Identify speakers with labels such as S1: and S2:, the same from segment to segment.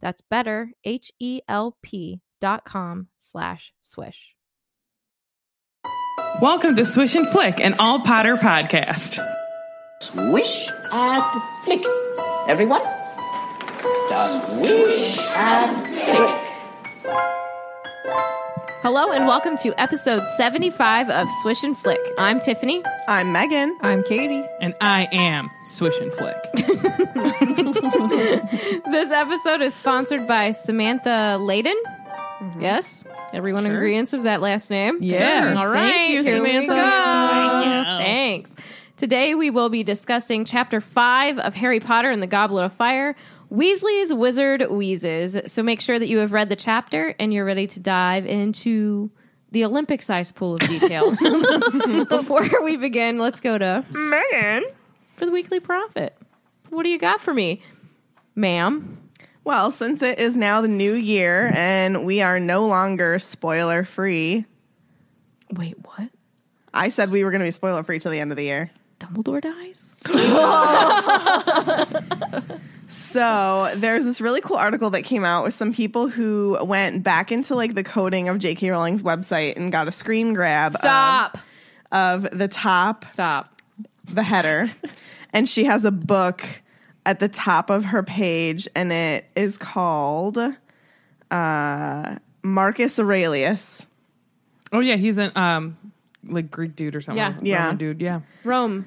S1: That's better, H-E-L-P dot com slash swish.
S2: Welcome to Swish and Flick, an all Potter podcast.
S3: Swish and flick. Everyone? Swish and flick.
S1: Hello and welcome to episode 75 of Swish and Flick. I'm Tiffany.
S4: I'm Megan.
S1: I'm Katie.
S2: And I am Swish and Flick.
S1: This episode is sponsored by Samantha Layden. Yes. Everyone in agrees with that last name.
S2: Yeah. Sure.
S1: All right.
S2: Thank you,
S1: here we
S2: Samantha.
S1: go.
S2: Thank
S1: Thanks. Today we will be discussing chapter five of Harry Potter and the Goblet of Fire. Weasley's Wizard Wheezes. So make sure that you have read the chapter and you're ready to dive into the Olympic sized pool of details. Before we begin, let's go to Megan for the weekly profit. What do you got for me, ma'am?
S4: Well, since it is now the new year and we are no longer spoiler free,
S1: Wait, what?
S4: I said we were going to be spoiler free till the end of the year.
S1: Dumbledore dies?
S4: So there's this really cool article that came out with some people who went back into like the coding of J.K. Rowling's website and got a screen grab of-
S1: Stop.
S4: Of, the top,
S1: Um, Stop.
S4: the header, and she has a book at the top of her page, and it is called uh, Marcus Aurelius.
S2: Oh yeah, he's an um like Greek dude or something.
S1: Yeah.
S4: Yeah.
S2: Roman dude. Yeah.
S1: Rome.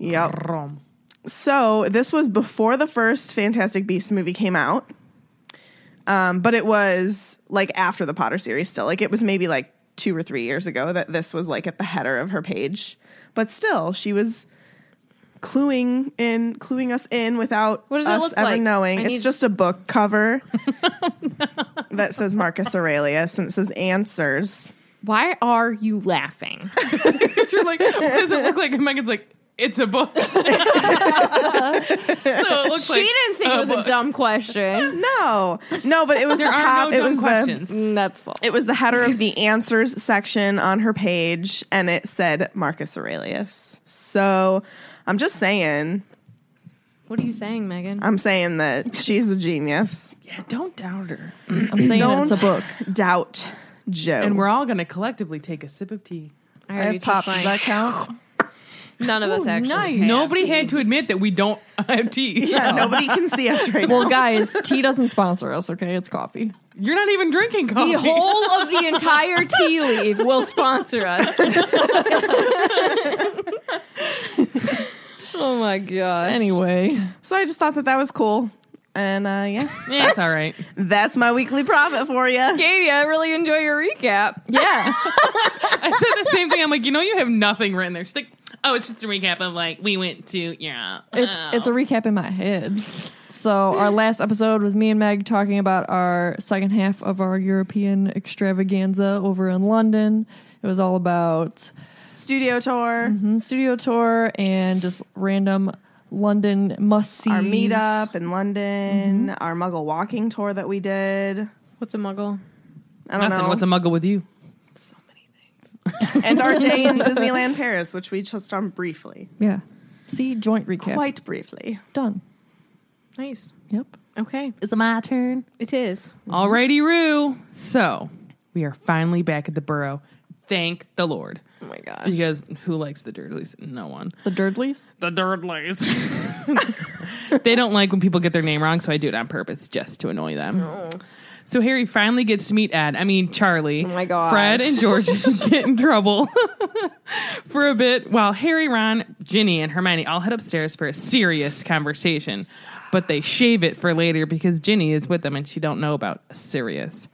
S4: Yep.
S2: Rome.
S4: So this was before the first Fantastic Beasts movie came out, um, but it was like after the Potter series still. Like it was maybe like two or three years ago that this was like at the header of her page, but still she was cluing in, cluing us in without
S1: What does it
S4: us
S1: look
S4: ever
S1: like?
S4: knowing.
S1: I
S4: it's
S1: need-
S4: just a book cover that says Marcus Aurelius and it says answers.
S1: Why are you laughing?
S2: You're like, what does it look like? And Megan's like, it's a book. so it looks
S1: she
S2: like
S1: didn't think it was a dumb question.
S4: No, no, but it was
S2: there
S4: the
S2: are
S4: top.
S2: no
S4: it
S2: dumb
S4: was the
S2: questions.
S1: Mm, That's false.
S4: It was the header of the answers section on her page, and it said Marcus Aurelius. So I'm just saying,
S1: what are you saying, Megan?
S4: I'm saying that she's a genius.
S2: yeah, don't doubt her.
S1: I'm saying
S4: Don't
S1: it's a book.
S4: doubt Joe.
S2: And we're all gonna collectively take a sip of tea.
S1: I already
S4: pop.
S1: took
S4: Does
S1: mine.
S4: that count?
S1: None of us actually. have.
S2: Nobody had to admit that we don't have tea.
S4: Yeah, nobody can see us right now.
S5: Well, guys, tea doesn't sponsor us, okay? It's coffee.
S2: You're not even drinking coffee.
S1: The whole of the entire tea leaf will sponsor us. oh my god.
S5: Anyway,
S1: Oh
S4: So I just thought that that was cool. And uh, yeah,
S2: Yeah, it's all right.
S4: that's my weekly profit for you.
S6: Katie, I really enjoy your recap.
S1: Yeah.
S2: I said the same thing. I'm like, you know, you have nothing written there. She's like, oh, it's just a recap of like we went to yeah.
S1: It's
S2: oh.
S1: it's a recap in my head. So our last episode was me and Meg talking about our second half of our European extravaganza over in London. It was all about
S4: Studio tour,
S1: mm, studio tour and just random London must see
S4: our meetup in London, our Muggle walking tour that we did.
S6: What's a muggle?
S4: I don't
S2: nothing.
S4: know.
S2: What's a muggle with you?
S4: and our day in Disneyland Paris, which we touched on briefly,
S1: Yeah. See joint recap.
S4: quite briefly.
S1: done.
S6: Nice.
S1: Yep.
S6: Okay.
S2: Is it my turn?
S6: It is.
S2: Mm-hmm. Alrighty, Roo. So we are finally back at the burrow. Thank the Lord.
S6: Oh my gosh.
S2: Because who likes the Durdleys? No one.
S1: The Dirdleys.
S2: The Durdleys. they don't like when people get their name wrong, so I do it on purpose just to annoy them.
S6: Oh.
S2: So Harry finally gets to meet Ed. I mean Charlie. Oh
S6: my gosh.
S2: Fred and George get in trouble for a bit while Harry, Ron, Ginny, and Hermione all head upstairs for a serious conversation. But they shave it for later because Ginny is with them and she don't know about serious.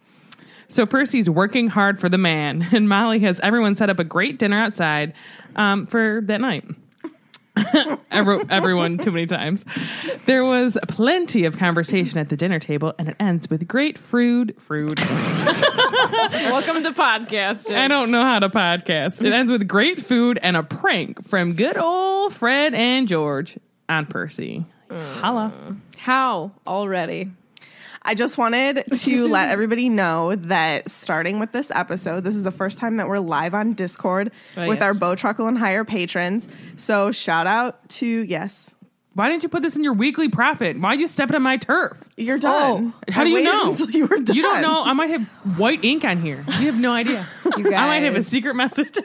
S2: So Percy's working hard for the man, and Molly has everyone set up a great dinner outside um, for that night. I wrote everyone too many times. There was plenty of conversation at the dinner table, and it ends with great food. Food.
S6: Welcome to podcast.
S2: I don't know how to podcast. It ends with great food and a prank from good old Fred and George on Percy. Holla.
S6: How already?
S4: I just wanted to let everybody know that starting with this episode, this is the first time that we're live on Discord
S2: Oh,
S4: with
S2: yes.
S4: our Bow Truckle and Hire patrons. So shout out to yes,
S2: Why didn't you put this in your weekly profit? Why'd you step it on my turf?
S4: you're done.
S2: Oh, How
S4: I
S2: do you
S4: waited
S2: know?
S4: Until you were done.
S2: You don't know. I might have white ink on here. You have no idea.
S6: You guys.
S2: I might have a secret message.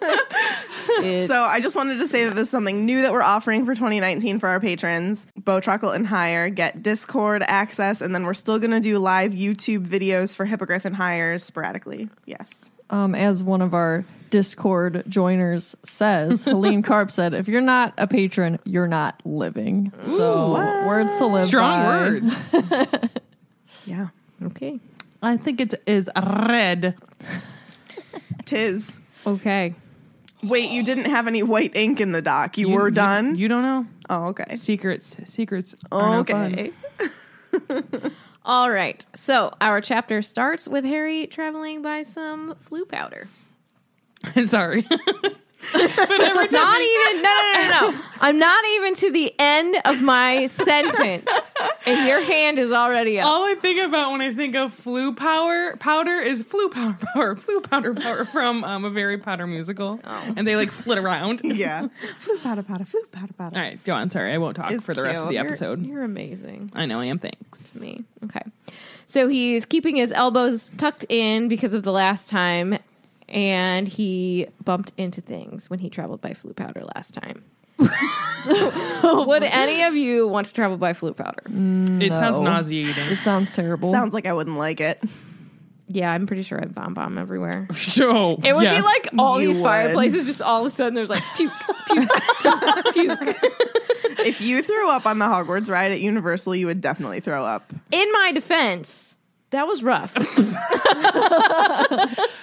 S6: It's-
S4: So I just wanted to say that this is something new that we're offering for 2019 for our patrons. Bow Truckle and Hire get Discord access, and then we're still going to do live YouTube videos for Hippogriff and Hire sporadically. Yes.
S1: Um, as one of our Discord joiners says, Helene Karp said, if you're not a patron, you're not living. so words to live
S2: Strong
S1: by.
S2: words.
S4: Yeah.
S6: okay.
S2: I think it is red.
S4: Tis.
S6: Okay.
S4: Wait, you didn't have any white ink in the doc. You, were done?
S2: You, don't know
S4: oh, okay.
S2: secrets. Secrets. Are no fun.
S4: Okay.
S6: All right. So our chapter starts with Harry traveling by some flu powder.
S2: I'm sorry.
S6: Not even. No, no, no, no. I'm not even to the end of my sentence, and your hand is already up.
S2: All I think about when I think of flu power powder is flu power power flu powder power from um, a Very Potter musical, and they like flit around.
S4: yeah. Flu powder powder, flu powder powder.
S2: All right, go on. Sorry, I won't talk for the rest of the
S6: Cute. You're-
S2: episode.
S6: you're amazing.
S2: I know I am. Thanks.
S6: me. Okay. So he's keeping his elbows tucked in because of the last time, and he bumped into things when he traveled by flu powder last time. Would any of you want to travel by flu powder?
S2: It sounds
S1: No.
S2: nauseating.
S1: It sounds terrible.
S4: Sounds like I wouldn't like it.
S6: Yeah, I'm pretty sure I'd bomb bomb everywhere.
S2: So
S6: It would be like all
S4: you
S6: these
S4: would.
S6: fireplaces, just all of a sudden there's like puke, puke, puke.
S4: if you threw up on the Hogwarts ride at Universal, you would definitely throw up.
S6: In my defense, that was rough.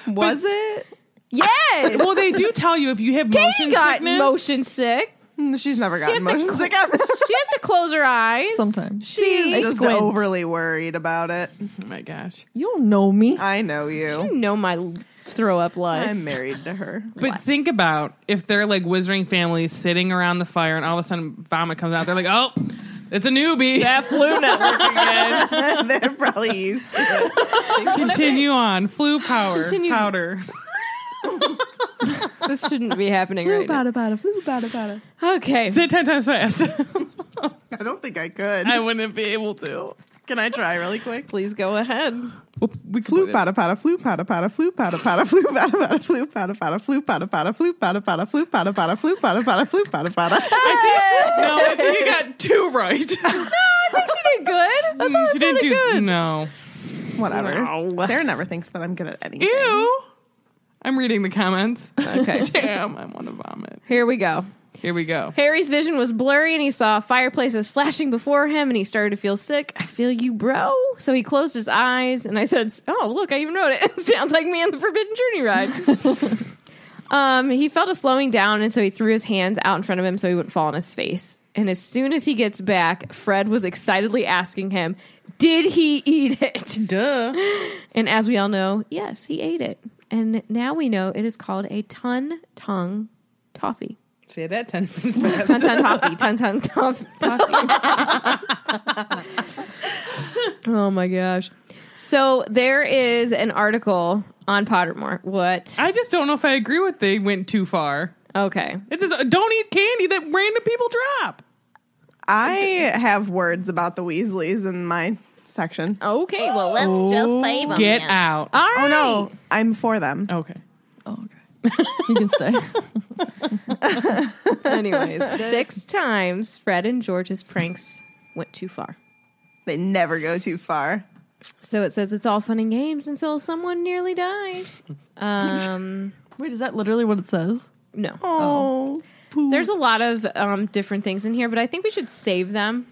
S4: Was it?
S6: Yes,
S2: Well, they do tell you if you have
S6: she
S2: motion
S6: got
S2: sickness.
S6: motion sick.
S4: Mm, She's never gotten
S6: has to
S4: motion
S6: cl-
S4: sick on this.
S6: She has to close her eyes.
S1: Sometimes.
S6: See?
S4: She's just
S1: squint.
S4: overly worried about it.
S2: Oh my gosh!
S1: You don't know me.
S4: I know you.
S6: know my l- throw up life.
S4: I'm married to her.
S2: But think about if they're like wizarding families sitting around the fire, and all of a sudden vomit comes out. They're like, "Oh, it's a newbie." That flu network again.
S4: They're probably used to it.
S2: Continue on. Flu power
S6: Continue.
S2: powder.
S6: this shouldn't be happening right
S1: Bada, bada, flu, bada, bada.
S6: now. Okay.
S2: Say it ten times fast.
S4: I don't think I could.
S2: I wouldn't be able to.
S4: Can I try really quick?
S6: Please go ahead.
S2: We
S4: Flu powder powder flu powder powder flu powder powder flu powder powder flu powder powder flu powder powder flu powder powder flu powder powder flu powder powder flu powder powder.
S2: No, I think you got two right.
S6: She did good.
S2: she didn't do no.
S4: Whatever.
S2: No.
S4: Sarah never thinks that I'm good at anything.
S2: Ew. I'm reading the comments.
S6: Okay.
S2: Damn, I want to vomit.
S6: Here we go.
S2: Here we go.
S6: Harry's vision was blurry and he saw fireplaces flashing before him and he started to feel sick. I feel you, bro. So he closed his eyes and I said, Oh, look, I even wrote it. Sounds like me on the Forbidden Journey ride. um, he felt a slowing down and so he threw his hands out in front of him so he wouldn't fall on his face. And as soon as he gets back, Fred was excitedly asking him, Did he eat it?
S4: Duh.
S6: And as we all know, yes, he ate it. And now we know it is called a ton tongue toffee.
S7: Say that ten times
S6: Ton ton toffee. Ton ton toff- toffee. oh my gosh. So there is an article on Pottermore. What?
S2: I just don't know if I agree with they went too far.
S6: Okay.
S2: It just don't eat candy that random people drop.
S4: I have words about the Weasleys in my section.
S6: Okay. Well, let's just save them.
S2: Get out.
S6: All right.
S4: Oh no, I'm for them.
S2: Okay.
S1: Oh, okay. You can stay.
S6: Anyways, six times Fred and George's pranks went too far.
S4: They never go too far.
S6: So it says it's all fun and games until someone nearly died. Um,
S1: Wait, is that literally what it says?
S6: no.
S4: Oh,
S6: There's a lot of um, different things in here, but I think we should save them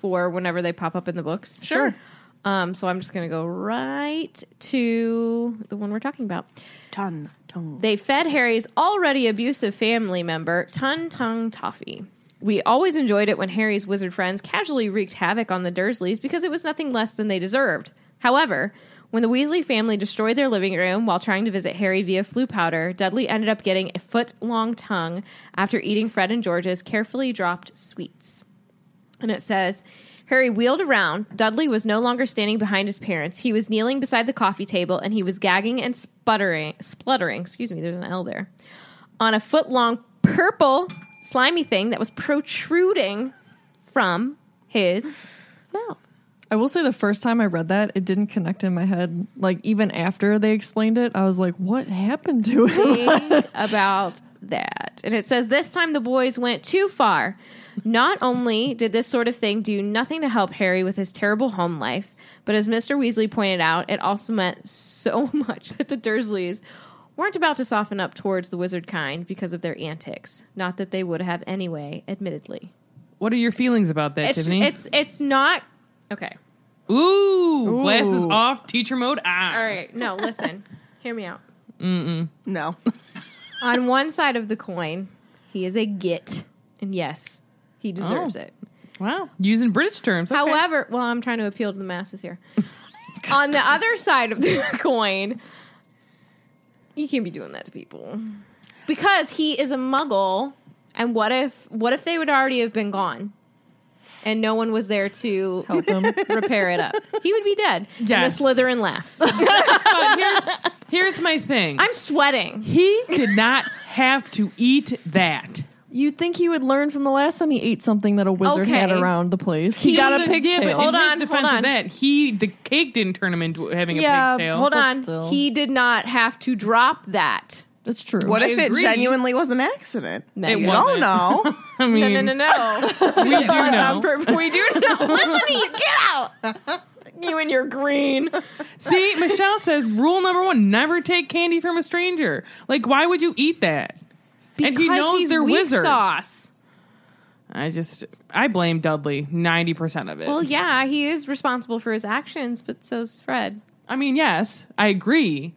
S6: for whenever they pop up in the books.
S2: Sure.
S6: Um, so I'm just going to go right to the one we're talking about.
S4: ton, ton.
S6: They fed Harry's already abusive family member Tun Tung Toffee. We always enjoyed it when Harry's wizard friends casually wreaked havoc on the Dursleys because it was nothing less than they deserved. However, when the Weasley family destroyed their living room while trying to visit Harry via flu powder, Dudley ended up getting a foot long tongue after eating Fred and George's carefully dropped sweets. And it says, Harry wheeled around. Dudley was no longer standing behind his parents. He was kneeling beside the coffee table and he was gagging and sputtering, spluttering, excuse me, there's an L there, on a foot long purple slimy thing that was protruding from his mouth.
S1: I will say the first time I read that, it didn't connect in my head. Like even after they explained it, I was like, "What happened to it?"
S6: Think about that. And it says, This time the boys went too far. Not only did this sort of thing do nothing to help Harry with his terrible home life, but as Mr. Weasley pointed out, it also meant so much that the Dursleys weren't about to soften up towards the wizard kind because of their antics. Not that they would have anyway, admittedly.
S2: What are your feelings about that,
S6: It's
S2: Tiffany?
S6: it's it's not okay.
S2: Ooh, glasses off, teacher mode on.
S6: All right. No, listen. Hear me out.
S4: No,
S6: On one side of the coin, he is a git. And yes, he deserves
S2: Oh.
S6: it.
S2: Wow. Using British terms. Okay.
S6: However, well, I'm trying to appeal to the masses here. On the other side of the coin, you can't be doing that to people because he is a muggle. And what if what if they would already have been gone, and no one was there to help him repair it up? He would be dead.
S2: Yes.
S6: And the Slytherin laughs.
S2: But here's, here's my thing.
S6: I'm sweating.
S2: he did not have to eat that.
S1: You'd think he would learn from the last time he ate something that a wizard had
S6: Okay.
S1: around the place. He,
S6: He
S1: got a
S6: looked-
S1: pigtail.
S2: Yeah, but in
S6: Hold on,
S2: his
S6: hold
S2: defense
S6: on.
S2: of that, he the cake didn't turn him into having a pigtail.
S6: hold
S1: but
S6: on.
S1: still.
S6: He did not have to drop that.
S1: That's true.
S4: what
S2: I
S4: if it
S2: agree.
S4: genuinely was an accident?
S2: It
S4: You
S2: wasn't.
S4: don't know.
S2: I mean,
S6: No, no, no, no.
S2: we do know.
S6: We do know. Listen to you. Get out. You and your green.
S2: See, Michelle says rule number one: never take candy from a stranger. Like, why would you eat that? and he
S6: Because
S2: knows
S6: he's
S2: they're
S6: weak
S2: wizards.
S6: Sauce.
S2: I just, I blame Dudley ninety percent of it.
S6: Well, yeah, he is responsible for his actions, but so's Fred.
S2: I mean, yes, I agree,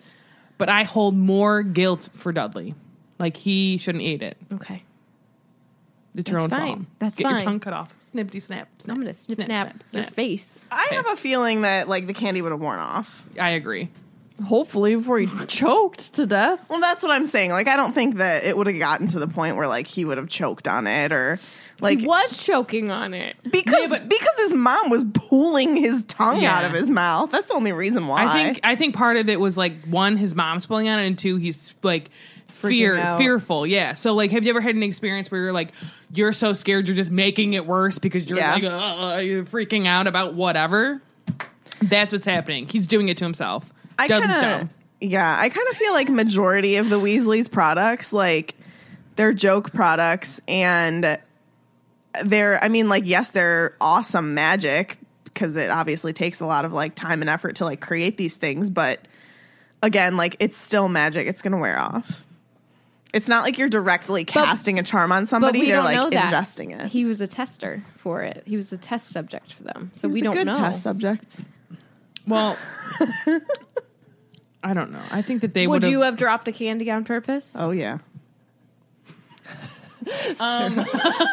S2: but I hold more guilt for Dudley. Like he shouldn't eat it.
S6: Okay.
S2: It's your
S6: That's
S2: own
S6: fine.
S2: fault.
S6: That's
S2: Get your
S6: fine.
S2: tongue cut off. Snippity snap. snap
S6: I'm going to snip, snap, your face.
S4: I have a feeling that like the candy would have worn off.
S2: I agree.
S1: Hopefully, before he choked to death.
S4: Well, that's what I'm saying. Like, I don't think that it would have gotten to the point where like he would have choked on it or like
S6: He was choking on it.
S4: because
S2: Yeah, but-
S4: because his mom was pulling his tongue
S2: Yeah.
S4: out of his mouth. That's the only reason why.
S2: I think I think part of it was like one, his mom's pulling on it, and two, he's like fear
S1: out.
S2: fearful. Yeah. So like, have you ever had an experience where you're like, you're so scared, you're just making it worse because you're
S4: Yeah.
S2: like, uh, you're freaking out about whatever. That's what's happening. He's doing it to himself.
S4: I
S2: Dudley's
S4: kinda,
S2: dumb.
S4: yeah, I kind of feel like majority of the Weasley's products, like they're joke products, and they're. I mean, like yes, they're awesome magic because it obviously takes a lot of like time and effort to like create these things, but again, like it's still magic. It's gonna wear off. It's not like you're directly casting a charm on
S6: But
S4: somebody.
S6: we
S4: They're
S6: don't
S4: like
S6: know that
S4: ingesting it.
S6: He was a tester for it. He was the test subject for them, so
S4: It was
S6: we
S4: a
S6: don't
S4: good
S6: know.
S4: test subject.
S2: Well, I don't know. I think that they
S6: Would
S2: would
S6: you have dropped a candy on purpose?
S4: Oh yeah.
S2: I
S6: Um,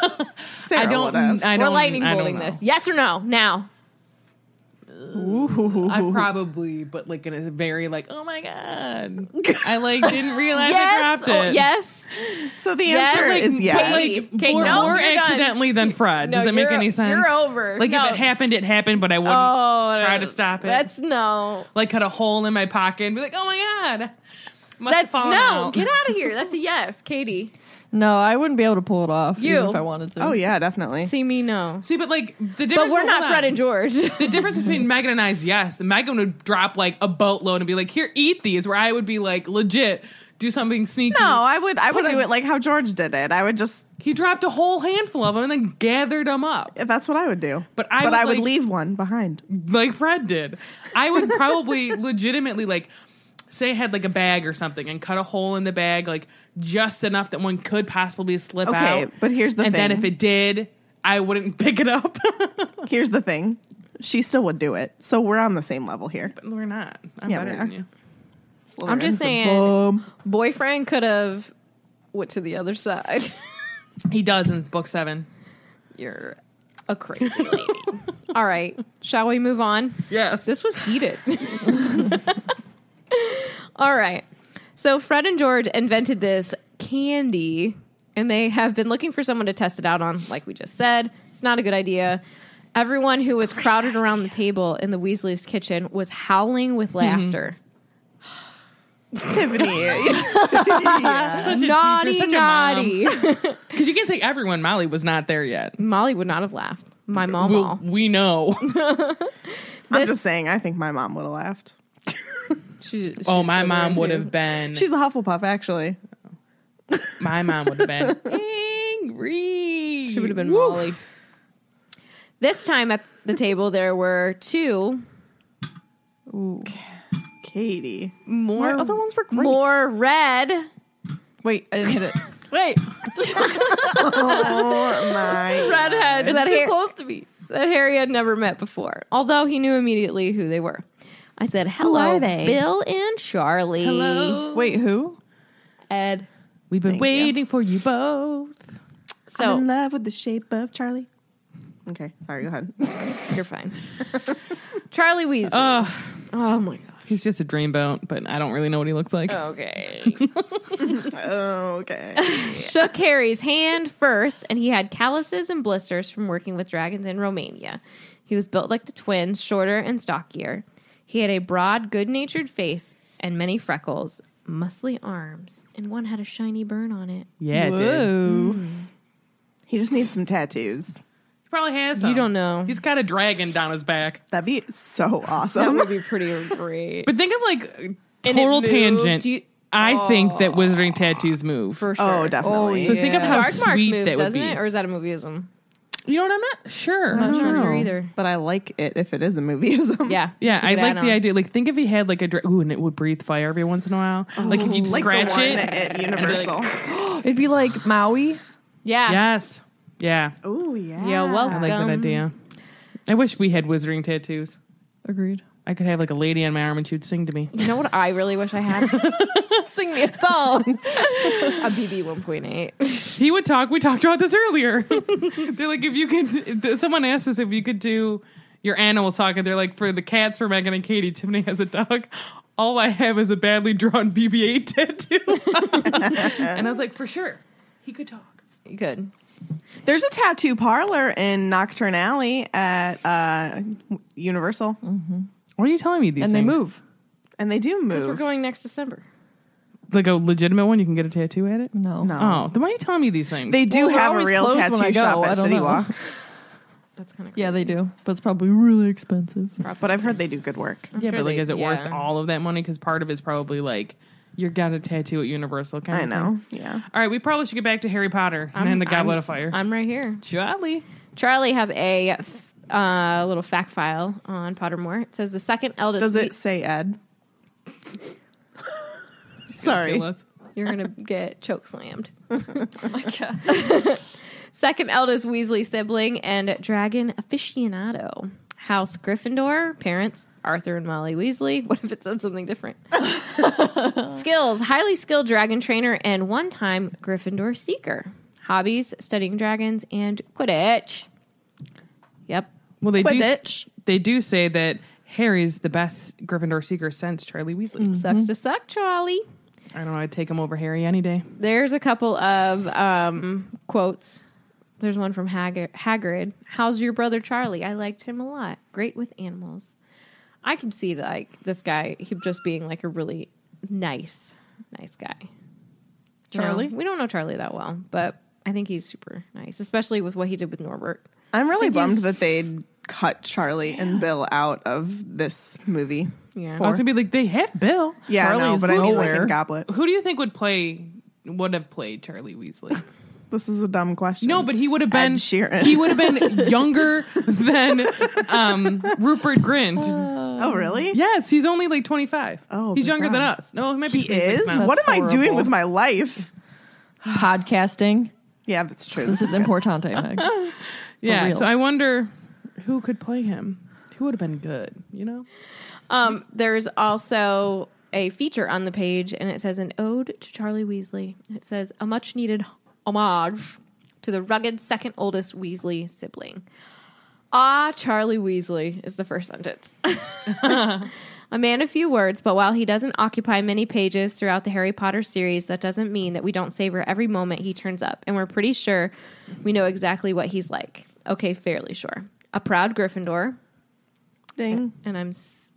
S4: Sarah
S2: don't.
S4: would have.
S2: I
S6: We're
S2: don't.
S6: lightning
S2: I don't
S6: bolting
S2: know.
S6: this. Yes or no? Now.
S2: I probably, but like in a very like, oh my god, I like didn't realize I
S6: yes.
S2: dropped
S6: oh,
S2: it.
S6: yes.
S4: so the
S6: Yes,
S4: answer
S6: like,
S4: is yes.
S6: Katie.
S2: Like
S6: Okay,
S2: more,
S6: no,
S2: more
S6: you're done.
S2: accidentally than Fred. Does
S6: No,
S2: it make
S6: you're-
S2: any sense?
S6: You're over.
S2: Like
S6: No.
S2: if it happened, it happened, but I wouldn't
S6: Oh,
S2: try
S6: no.
S2: to stop it.
S6: That's no.
S2: like cut a hole in my pocket and be like, oh my god, must have
S6: That's
S2: fallen
S6: no.
S2: out.
S6: Get out of here. That's a yes, Katie.
S1: No, I wouldn't be able to pull it off.
S6: You.
S1: even if I wanted to.
S4: Oh yeah, definitely.
S6: See me no.
S2: See, but like the difference.
S6: But we're
S2: hold
S6: not
S2: on.
S6: Fred and George.
S2: The difference between Megan and I is yes, Megan would drop like a boatload and be like, "Here, eat these." Where I would be like, legit, do something sneaky.
S4: no, I would. I would
S2: Put
S4: do
S2: a-
S4: it like how George did it. I would just.
S2: he dropped a whole handful of them and then gathered them up,
S4: That's what I would do.
S2: But I
S4: but
S2: would,
S4: I would
S2: like-
S4: leave one behind.
S2: like Fred did. I would probably legitimately like say I had like a bag or something and cut a hole in the bag like just enough that one could possibly slip
S4: Okay,
S2: out.
S4: but here's the
S2: and
S4: thing.
S2: then if it did, I wouldn't pick it up.
S4: Here's the thing. She still would do it. So we're on the same level here.
S2: We're not. I'm
S4: Yeah, we
S2: better
S4: are.
S2: than you.
S6: I'm
S4: Slytherin's the
S6: just saying-
S4: bum.
S6: Boyfriend could have went to the other side.
S2: He does in book seven.
S6: You're a crazy lady. All right. Shall we move on?
S2: Yes.
S6: This was heated. All right. So Fred and George invented this candy and they have been looking for someone to test it out on, like we just said. It's not a good idea. Everyone who was crowded around the table in the Weasley's kitchen was howling with laughter.
S4: Tiffany.
S2: such a
S6: Naughty,
S2: teacher, such
S6: naughty.
S2: Because you can't say everyone. Molly was not there yet.
S6: Molly would not have laughed. My mom.
S2: Well, we know.
S4: I'm
S6: This-
S4: just saying. I think my mom would have laughed.
S6: She, she
S2: oh, my
S6: said
S2: mom
S6: that
S2: would
S6: too.
S2: have been.
S4: She's a Hufflepuff, actually.
S2: my mom would have been angry.
S6: She would have been
S2: Woo.
S6: Molly. This time at the table, there were two
S4: Katie.
S6: more.
S4: My other ones were great.
S6: more red.
S1: Wait, I didn't hit it.
S6: Wait,
S4: Oh my.
S6: redheads that,
S1: too
S6: Har-
S1: close to me.
S6: that Harry had never met before, although he knew immediately who they were. I said, "Hello,
S4: are they?"
S6: Bill and Charlie."
S1: Wait, who?
S6: Ed.
S2: We've been
S4: Thank you.
S2: waiting for you both.
S4: I'm in
S6: So
S4: love with the shape of Charlie. Okay, sorry. Go ahead.
S6: you're fine. Charlie Weasley.
S2: Oh,
S6: oh my god.
S2: he's just a dreamboat, but I don't really know what he looks like.
S6: Okay.
S4: okay.
S6: shook Harry's hand first, and he had calluses and blisters from working with dragons in Romania. He was built like the twins, shorter and stockier. He had a broad, good natured face and many freckles, muscly arms, and one had a shiny burn on it.
S2: Yeah, it did.
S1: Whoa.
S4: He just needs some tattoos.
S2: He probably has. Some.
S6: You don't know.
S2: He's got a dragon down his back.
S4: That'd be so
S6: That
S4: awesome.
S6: would be pretty great.
S2: But think of like total
S6: moved.
S2: tangent.
S6: Do you-
S2: I think that wizarding tattoos move.
S6: For sure.
S4: oh, definitely.
S2: So think of how
S6: Dark Mark
S2: sweet
S6: moves,
S2: that would
S6: doesn't
S2: be.
S6: it? Or is that a movieism?
S2: you know what? I'm not sure.
S6: I'm not sure
S4: know.
S6: either.
S4: But I like it if it is a movieism.
S6: Yeah.
S2: Yeah,
S6: It's a
S2: I
S6: good
S2: like
S6: add-on.
S2: the idea. Like, think if he had like a dra- ooh, and it would breathe fire every once in a while.
S6: Oh,
S2: like if you'd
S4: Like
S2: scratch
S4: the one
S2: it.
S4: at Universal.
S1: It'd be like Maui.
S6: Yeah.
S2: yes. Yeah.
S4: oh yeah.
S6: Yeah,
S2: I
S6: welcome.
S2: like that idea. I wish we had wizarding tattoos.
S1: Agreed.
S2: I could have like a lady on my arm and she would sing to me.
S6: You know what I really wish I had? Sing me a song. a BB 1.8.
S2: He would talk. We talked about this earlier. they're like, if you could, if someone asked us if you could do your animals talk, and they're like, for the cats, for Megan and Katie, Tiffany has a dog. All I have is a badly drawn BB 8 tattoo. and I was like, for sure, he could talk.
S6: Good.
S4: There's a tattoo parlor in Nocturne Alley at uh, Universal,
S2: What are you telling me these
S1: And they
S2: things?
S1: move.
S4: and they do
S6: We're
S4: move.
S6: going next December.
S2: Like a legitimate one, you can get a tattoo at it?
S1: No.
S4: no,
S2: Oh, then why are you telling me these things?
S4: they do
S1: Well, we're
S4: have a
S1: always
S4: real
S1: closed when I
S4: tattoo
S1: go.
S4: shop
S1: I
S4: at
S1: don't
S4: City
S1: know.
S4: Walk,
S6: That's kind of
S1: Yeah, they do, but it's probably really expensive.
S4: but I've heard they do good work.
S2: yeah,
S6: sure
S2: but like,
S6: they-
S2: is it
S6: yeah.
S2: worth all of that money? Because part of it's probably like you got a tattoo at Universal. Kind
S4: I
S1: Mm-hmm.
S2: of
S4: know.
S2: thing.
S4: Yeah,
S2: All right, we probably should get back to Harry Potter and then the Goblet of Fire.
S6: I'm right here.
S2: Charlie,
S6: Charlie has a uh, little fact file on Pottermore. It says the second eldest.
S4: does it say Ed? Sorry,
S2: Kill us.
S6: You're gonna get choke slammed.
S1: my god.
S6: Second eldest Weasley sibling and dragon aficionado. House Gryffindor, parents Arthur and Molly Weasley. What if it said something different? Skills highly skilled dragon trainer and one time Gryffindor seeker. Hobbies studying dragons and Quidditch. Yep.
S2: Well, they
S4: Quidditch.
S2: do. They do say that Harry's the best Gryffindor seeker since Charlie Weasley.
S4: Mm.
S6: Sucks to suck, Charlie.
S2: I don't know. I'd take him over Harry any day.
S6: There's a couple of um, quotes. There's one from Hag- Hagrid. How's your brother Charlie? I liked him a lot. Great with animals. I can see that, like this guy, him just being like a really nice, nice guy. You know,
S1: Charlie?
S6: we don't know Charlie that well, but I think he's super nice, especially with what he did with Norbert.
S4: I'm really bummed that they'd cut Charlie and Bill out of this movie.
S6: Yeah.
S2: I was gonna be like, they have Bill.
S4: Yeah,
S1: Charlie's
S4: no, but I mean like
S1: nowhere.
S4: in Goblet.
S2: Who do you think would play? Would have played Charlie Weasley?
S4: This is a dumb question.
S2: No, but he would have been.
S4: Sheeran.
S2: He would have been younger than um, Rupert Grint.
S4: oh really?
S2: Yes, he's only like 25.
S4: Oh,
S2: he's younger than
S4: bizarre.
S2: us. No, he might be.
S4: He
S2: 26
S4: is.
S2: now.
S4: What am I doing
S1: horrible.
S4: with my life?
S1: Podcasting.
S4: Yeah, that's true.
S1: This is
S4: good.
S1: importante, Meg.
S2: Yeah.
S1: reals.
S2: So I wonder who could play him. Who would have been good? You know.
S6: Um, there's also a feature on the page, and it says an ode to Charlie Weasley. It says a much needed homage to the rugged second oldest Weasley sibling. Ah, Charlie Weasley is the first sentence. a man of few words, but while he doesn't occupy many pages throughout the Harry Potter series, that doesn't mean that we don't savor every moment he turns up, and we're pretty sure we know exactly what he's like. Okay, fairly sure. A proud Gryffindor,
S4: Ding.
S6: and I'm s-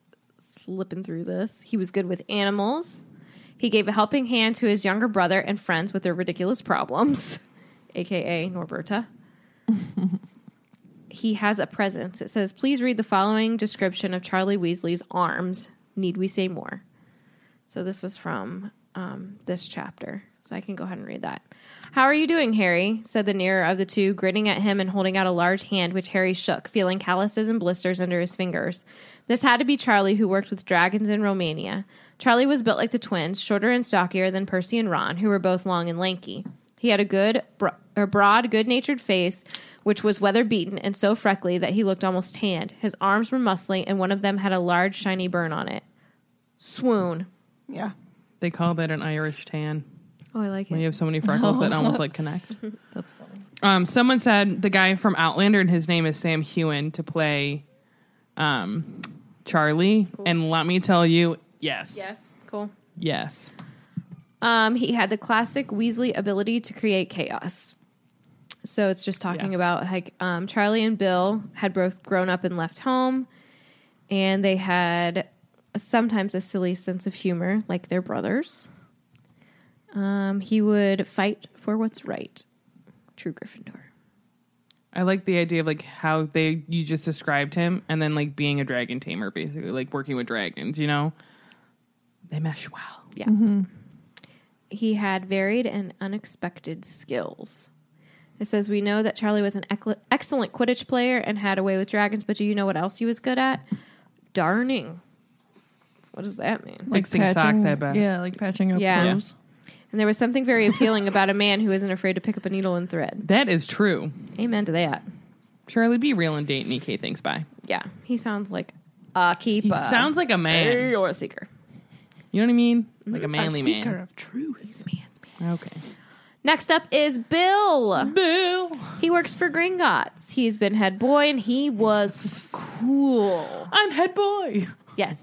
S6: slipping through this. He was good with animals. He gave a helping hand to his younger brother and friends with their ridiculous problems, aka Norberta. he has a presence. It says, "Please read the following description of Charlie Weasley's arms. Need we say more?" So this is from um, this chapter. So I can go ahead and read that. How are you doing, Harry? said the nearer of the two, grinning at him and holding out a large hand, which Harry shook, feeling calluses and blisters under his fingers. This had to be Charlie, who worked with dragons in Romania. Charlie was built like the twins, shorter and stockier than Percy and Ron, who were both long and lanky. He had a good, bro- a broad, good-natured face, which was weather-beaten and so freckly that he looked almost tanned. His arms were muscly, and one of them had a large, shiny burn on it. Swoon.
S4: Yeah.
S2: They call that an Irish tan.
S6: Oh, I like it.
S2: When you have so many freckles that almost like connect.
S1: That's funny.
S2: Um, someone said the guy from Outlander, and his name is Sam Hewen, to play um, Charlie. And let me tell you, yes,
S6: Yes, cool.
S2: yes.
S6: Um, he had the classic Weasley ability to create chaos. So it's just talking
S2: Yeah.
S6: about like um, Charlie and Bill had both grown up and left home, and they had sometimes a silly sense of humor, like their brothers. Um, he would fight for what's right. True Gryffindor.
S2: I like the idea of like how they you just described him, and then like being a dragon tamer, basically like working with dragons. You know, they mesh well.
S6: Yeah. He had varied and unexpected skills. It says, We know that Charlie was an ec- excellent Quidditch player and had a way with dragons, but do you know what else he was good at? Darning. What does that mean?
S2: Fixing socks, I bet.
S1: Yeah, like patching up
S6: Yeah.
S1: clothes.
S6: And there was something very appealing about a man who isn't afraid to pick up a needle and thread.
S2: That is true.
S6: Amen to that.
S2: Charlie, be real and date me. K thinks bye.
S6: Yeah, he sounds like a keeper.
S2: He sounds like a man.
S6: or a seeker.
S2: You know what I mean? Like a manly man.
S4: of truth.
S2: Okay.
S6: Next up is Bill.
S2: Boo.
S6: He works for Gringotts. He's been head boy and he was cool.
S2: I'm head boy.
S6: Yes.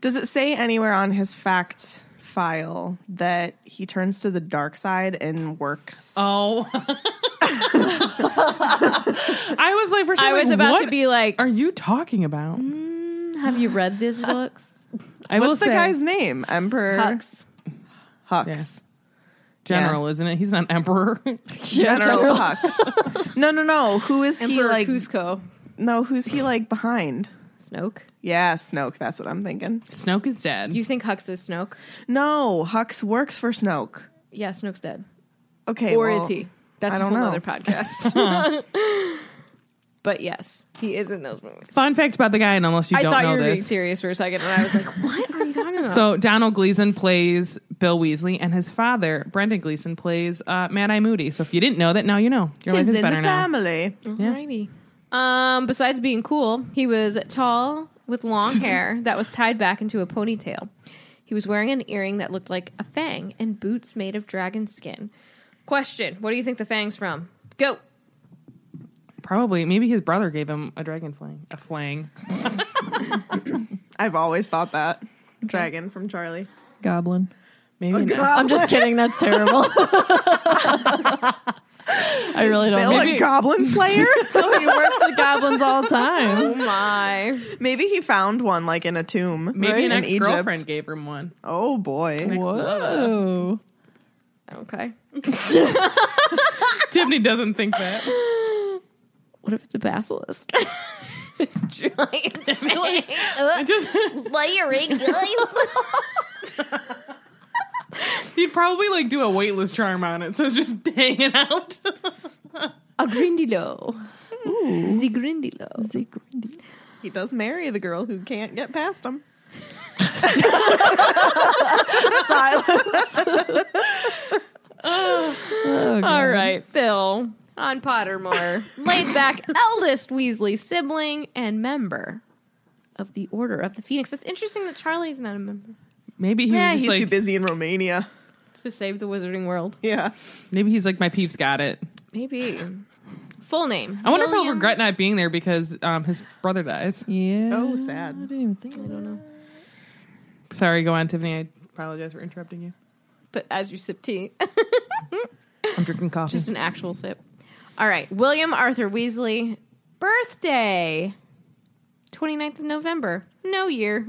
S4: Does it say anywhere on his fact file that he turns to the dark side and works?
S2: Oh. I was like, for some
S6: I was
S2: like,
S6: about
S2: what
S6: to be Mm-hmm. like,
S2: Are you talking about?
S6: have you read these books?
S2: I will
S4: What's the
S2: say
S4: guy's name? Emperor
S6: Hux.
S4: Hux.
S2: general, isn't it? He's not emperor.
S4: General, Hux. no, no, no. Who is he
S6: Emperor
S4: like?
S6: Cusco.
S4: no, who's he like behind?
S6: Snoke.
S4: Yeah, Snoke. That's what I'm thinking.
S2: Snoke is dead.
S6: You think Hux is Snoke?
S4: No, Hux works for Snoke.
S6: Yeah, Snoke's dead.
S4: Okay,
S6: or
S4: well,
S6: is he? That's
S4: I
S6: a
S4: don't
S6: whole
S4: know.
S6: other podcast. But yes, he is in those movies.
S2: Fun fact about the guy, and unless you
S6: I
S2: don't
S6: thought you
S2: know
S6: were being
S2: this,
S6: serious for a second, and I was like, "What are you talking about?"
S2: so Donald Gleason plays Bill Weasley, and his father Brendan Gleason plays uh, Mad Eye Moody. So if you didn't know that, now you know. Your life
S4: Tis
S2: is
S4: in the
S2: better now.
S4: family.
S6: Alrighty. Um, besides being cool, he was tall with long hair that was tied back into a ponytail. He was wearing an earring that looked like a fang and boots made of dragon skin. Question: What do you think the fang's from? Go.
S2: Probably, maybe his brother gave him a dragon flang, a flang.
S4: I've always thought that. Dragon from Charlie.
S1: Goblin.
S2: Maybe not.
S1: I'm just kidding. That's terrible. I really don't.
S4: Bill,
S1: know.
S4: a goblin slayer?
S1: So he works with goblins all the time.
S6: Oh my!
S4: Maybe he found one like in a tomb.
S2: maybe
S4: right?
S2: an
S4: in
S2: ex girlfriend
S4: Egypt.
S2: gave him one.
S4: Oh boy.
S1: Whoa.
S6: Okay.
S2: Tiffany doesn't think that.
S6: What if it's a basilisk? it's giant. fang. Layering, guys.
S2: He'd probably like do a weightless charm on it, so it's just hanging out.
S6: A grindilo. The grindilo.
S4: He does marry the girl who can't get past him.
S6: All right, Bill on Pottermore, laid back eldest Weasley sibling and member of the Order of the Phoenix. It's interesting that Charlie's not a member
S2: Maybe he
S4: Yeah,
S2: was
S4: he's
S2: just
S4: too
S2: like,
S4: busy in Romania.
S6: to save the wizarding world.
S4: Yeah.
S2: maybe he's like, my peeps got it.
S6: Maybe. Full name.
S2: I wonder if he'll
S6: William-
S2: regret not being there because um, his brother dies.
S1: Yeah.
S4: Oh,
S1: I
S4: sad.
S1: didn't even think
S6: I
S1: of
S6: don't know.
S2: Sorry, go on, Tiffany. I apologize for interrupting you.
S6: But as you sip tea,
S2: I'm drinking coffee.
S6: just an actual sip. All right, William Arthur Weasley, birthday 29th of November. No year.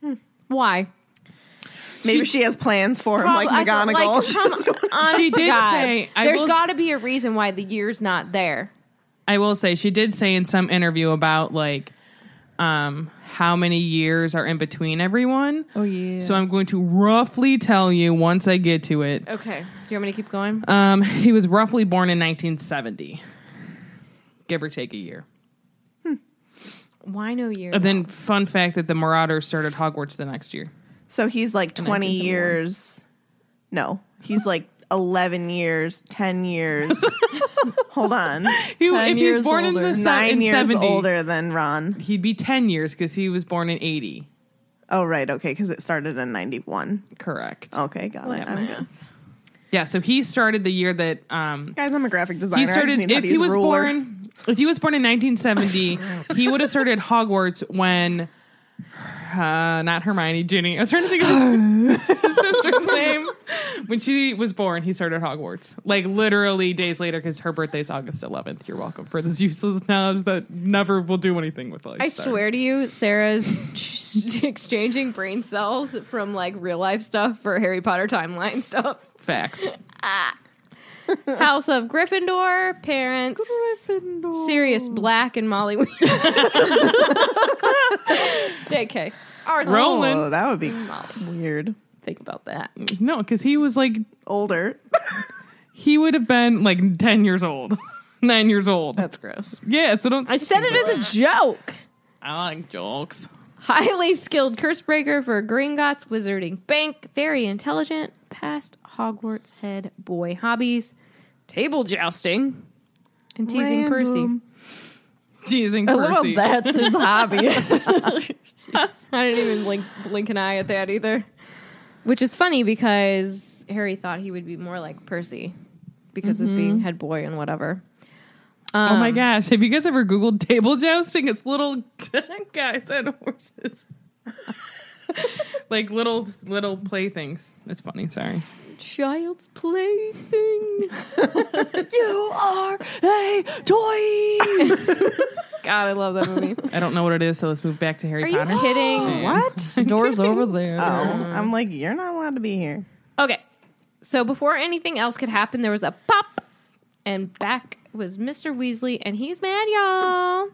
S6: Hmm, Why?
S4: Maybe she, has plans for him,
S6: Prob-
S4: like
S6: I feel
S4: McGonagall.
S6: like, come on,
S2: She
S6: to
S2: did
S6: God.
S2: say- I
S6: There's
S2: will-
S6: got to be a reason why the year's not there.
S2: I will say she did say in some interview about like um, how many years are in between everyone.
S1: Oh yeah.
S2: So I'm going to roughly tell you once I get to it.
S6: Okay. Do you want me to keep going?
S2: Um, he was roughly born in 1970, give or take a year.
S6: why no year?
S2: And Uh, then, fun fact that the Marauders started Hogwarts the next year.
S4: so he's like 20
S2: 1971.
S4: years. No, he's like 11 years, 10 years. Hold on.
S2: He,
S1: Ten
S2: if he
S1: years
S2: was born in
S1: older.
S2: the se-
S4: Nine
S2: in
S4: years
S2: 70,
S4: older than Ron.
S2: he'd be 10 years because he was born in 80.
S4: Oh, right. Okay. Because it started in 91.
S2: Correct.
S4: Okay. Got it. I'm good.
S2: Yeah, so he started the year that um,
S4: Guys, I'm a graphic designer.
S2: he
S4: I just
S2: started.
S4: need how
S2: If
S4: to
S2: he
S4: use a
S2: was
S4: ruler.
S2: born, if he was born in 1970, he would have started Hogwarts when. Uh, not Hermione, Ginny. I was trying to think of his sister's name. When she was born, he started Hogwarts. Like literally days later, because her birthday's August 11th. You're welcome for this useless knowledge that never will do anything with life.
S6: I
S2: Sorry.
S6: swear to you, Sarah's exchanging brain cells from like real life stuff for Harry Potter timeline stuff.
S2: Facts.
S6: House of Gryffindor, parents, Sirius Black, and Molly. Weas- JK. Arthur.
S2: Roland.
S4: Oh, that would be
S6: Molly.
S4: weird.
S6: Think about that.
S2: No, because he was like
S4: Older.
S2: he would have been like 10 years old, nine years old.
S6: That's gross.
S2: yeah, so don't.
S6: I said it as a joke.
S2: I like jokes.
S6: Highly skilled curse breaker for Gringotts Wizarding Bank. Very intelligent. Past Hogwarts head boy hobbies. Table jousting. And teasing
S4: Random.
S2: Teasing
S1: I love how
S2: Percy.
S1: that's his hobby.
S6: Percy. I didn't even blink, blink an eye at that either. Which is funny because Harry thought he would be more like Percy because of being head boy and whatever.
S2: Oh
S6: Um,
S2: my gosh! Have you guys ever Googled table jousting? It's little guys and horses, like little little playthings. It's funny. Sorry.
S6: Child's play thing.
S1: you are a toy.
S6: God, I love that movie.
S2: I don't know what it is, so let's move back to Harry
S6: Are
S2: Potter.
S6: you kidding?
S2: What?
S1: Doors over there.
S4: Oh,
S2: Mm.
S4: I'm like, you're not allowed to be here.
S6: Okay. So before anything else could happen, there was a pop, and back was Mr. Weasley, and he's mad, y'all.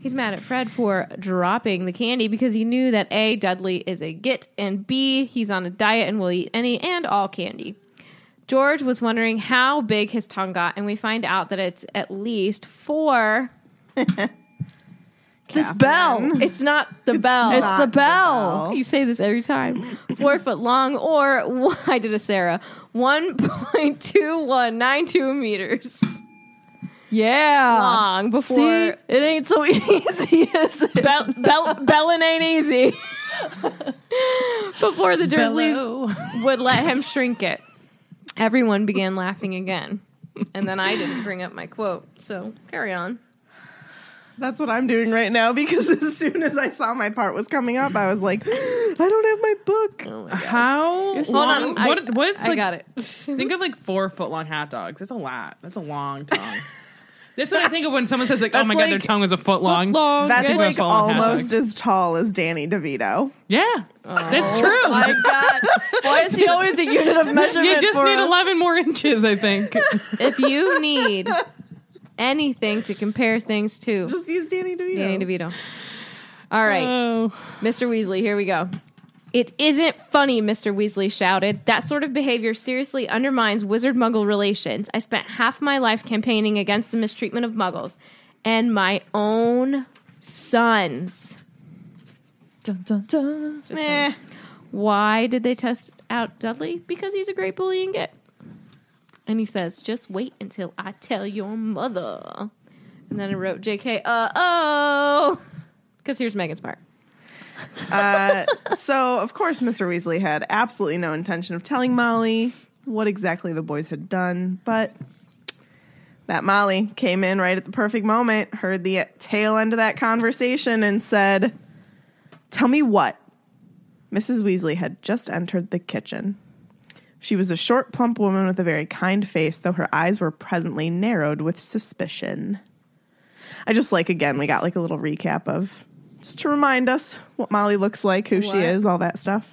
S6: He's mad at Fred for dropping the candy because he knew that A, Dudley is a git, and B, he's on a diet and will eat any and all candy. George was wondering how big his tongue got, and we find out that it's at least four
S1: This bell.
S6: It's not the bell.
S1: It's the bell.
S4: bell.
S6: You say this every time. Four foot long, or one- I did a Sarah, one point two one nine two meters
S1: Yeah.
S6: long. Before
S1: See, it ain't so easy, is it?
S6: bell, bell, bellin' ain't easy. before the Dursleys
S2: Bellow.
S6: would let him shrink it, everyone began laughing again, and then I didn't bring up my quote. So carry on.
S4: That's what I'm doing right now because as soon as I saw my part was coming up, I was like, I don't have my book.
S6: Oh my God.
S2: How?
S6: Hold
S2: long-
S6: on. I,
S2: What, what is
S6: I
S2: like,
S6: got it.
S2: Think of like four foot long hot dogs. That's a lot. That's a long tongue. That's what I think of when someone says like, "Oh
S4: That's
S2: my god, their
S4: like-
S2: tongue is a foot long." long.
S4: That's
S2: That's
S4: like
S2: a long hot
S4: almost
S2: dog.
S4: as tall as Danny DeVito.
S2: Yeah,
S6: Oh.
S2: that's true.
S6: My God. Why is he always
S1: It's a unit of measurement.
S2: You just
S1: for
S2: need
S1: us.
S2: eleven more inches, I think.
S6: if you need anything to compare things to,
S4: Just use Danny DeVito.
S6: Danny DeVito. All right,
S2: Oh.
S6: Mr. Weasley, here we go. It isn't funny, Mr. Weasley shouted. That sort of behavior seriously undermines wizard muggle relations. I spent half my life campaigning against the mistreatment of muggles and my own sons.
S1: Dun, dun, dun.
S4: Meh.
S6: Why did they test out Dudley? Because he's a great bully and get. And he says, just wait until I tell your mother. And then I wrote JK, uh oh. Because here's Megan's part.
S4: Uh, so, of course, Mr. Weasley had absolutely no intention of telling Molly what exactly the boys had done, but that Molly came in right at the perfect moment, heard the tail end of that conversation, and said, Tell me what? Mrs. Weasley had just entered the kitchen. She was a short, plump woman with a very kind face, though her eyes were presently narrowed with suspicion. I just like again, we got like a little recap of just to remind us what Molly looks like, who she is, all that stuff.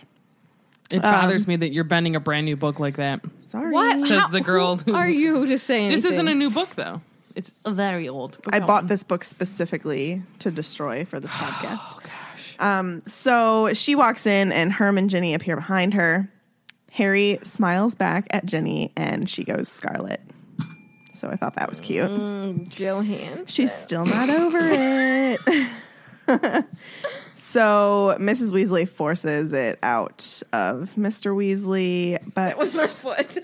S2: It bothers me that you're bending a brand new book like that.
S4: Sorry.
S6: What
S2: Says the girl who-
S6: are you to say anything?
S2: This isn't a new book though. It's a very old. Book
S4: I bought this book specifically to destroy for this podcast. Oh gosh. Um, so she walks in and Herm and Ginny appear behind her. Harry smiles back at Ginny and she goes scarlet. So I thought that was cute.
S6: Johan.
S4: She's still not over it. so Mrs. Weasley forces it out of Mr. Weasley, but
S6: foot.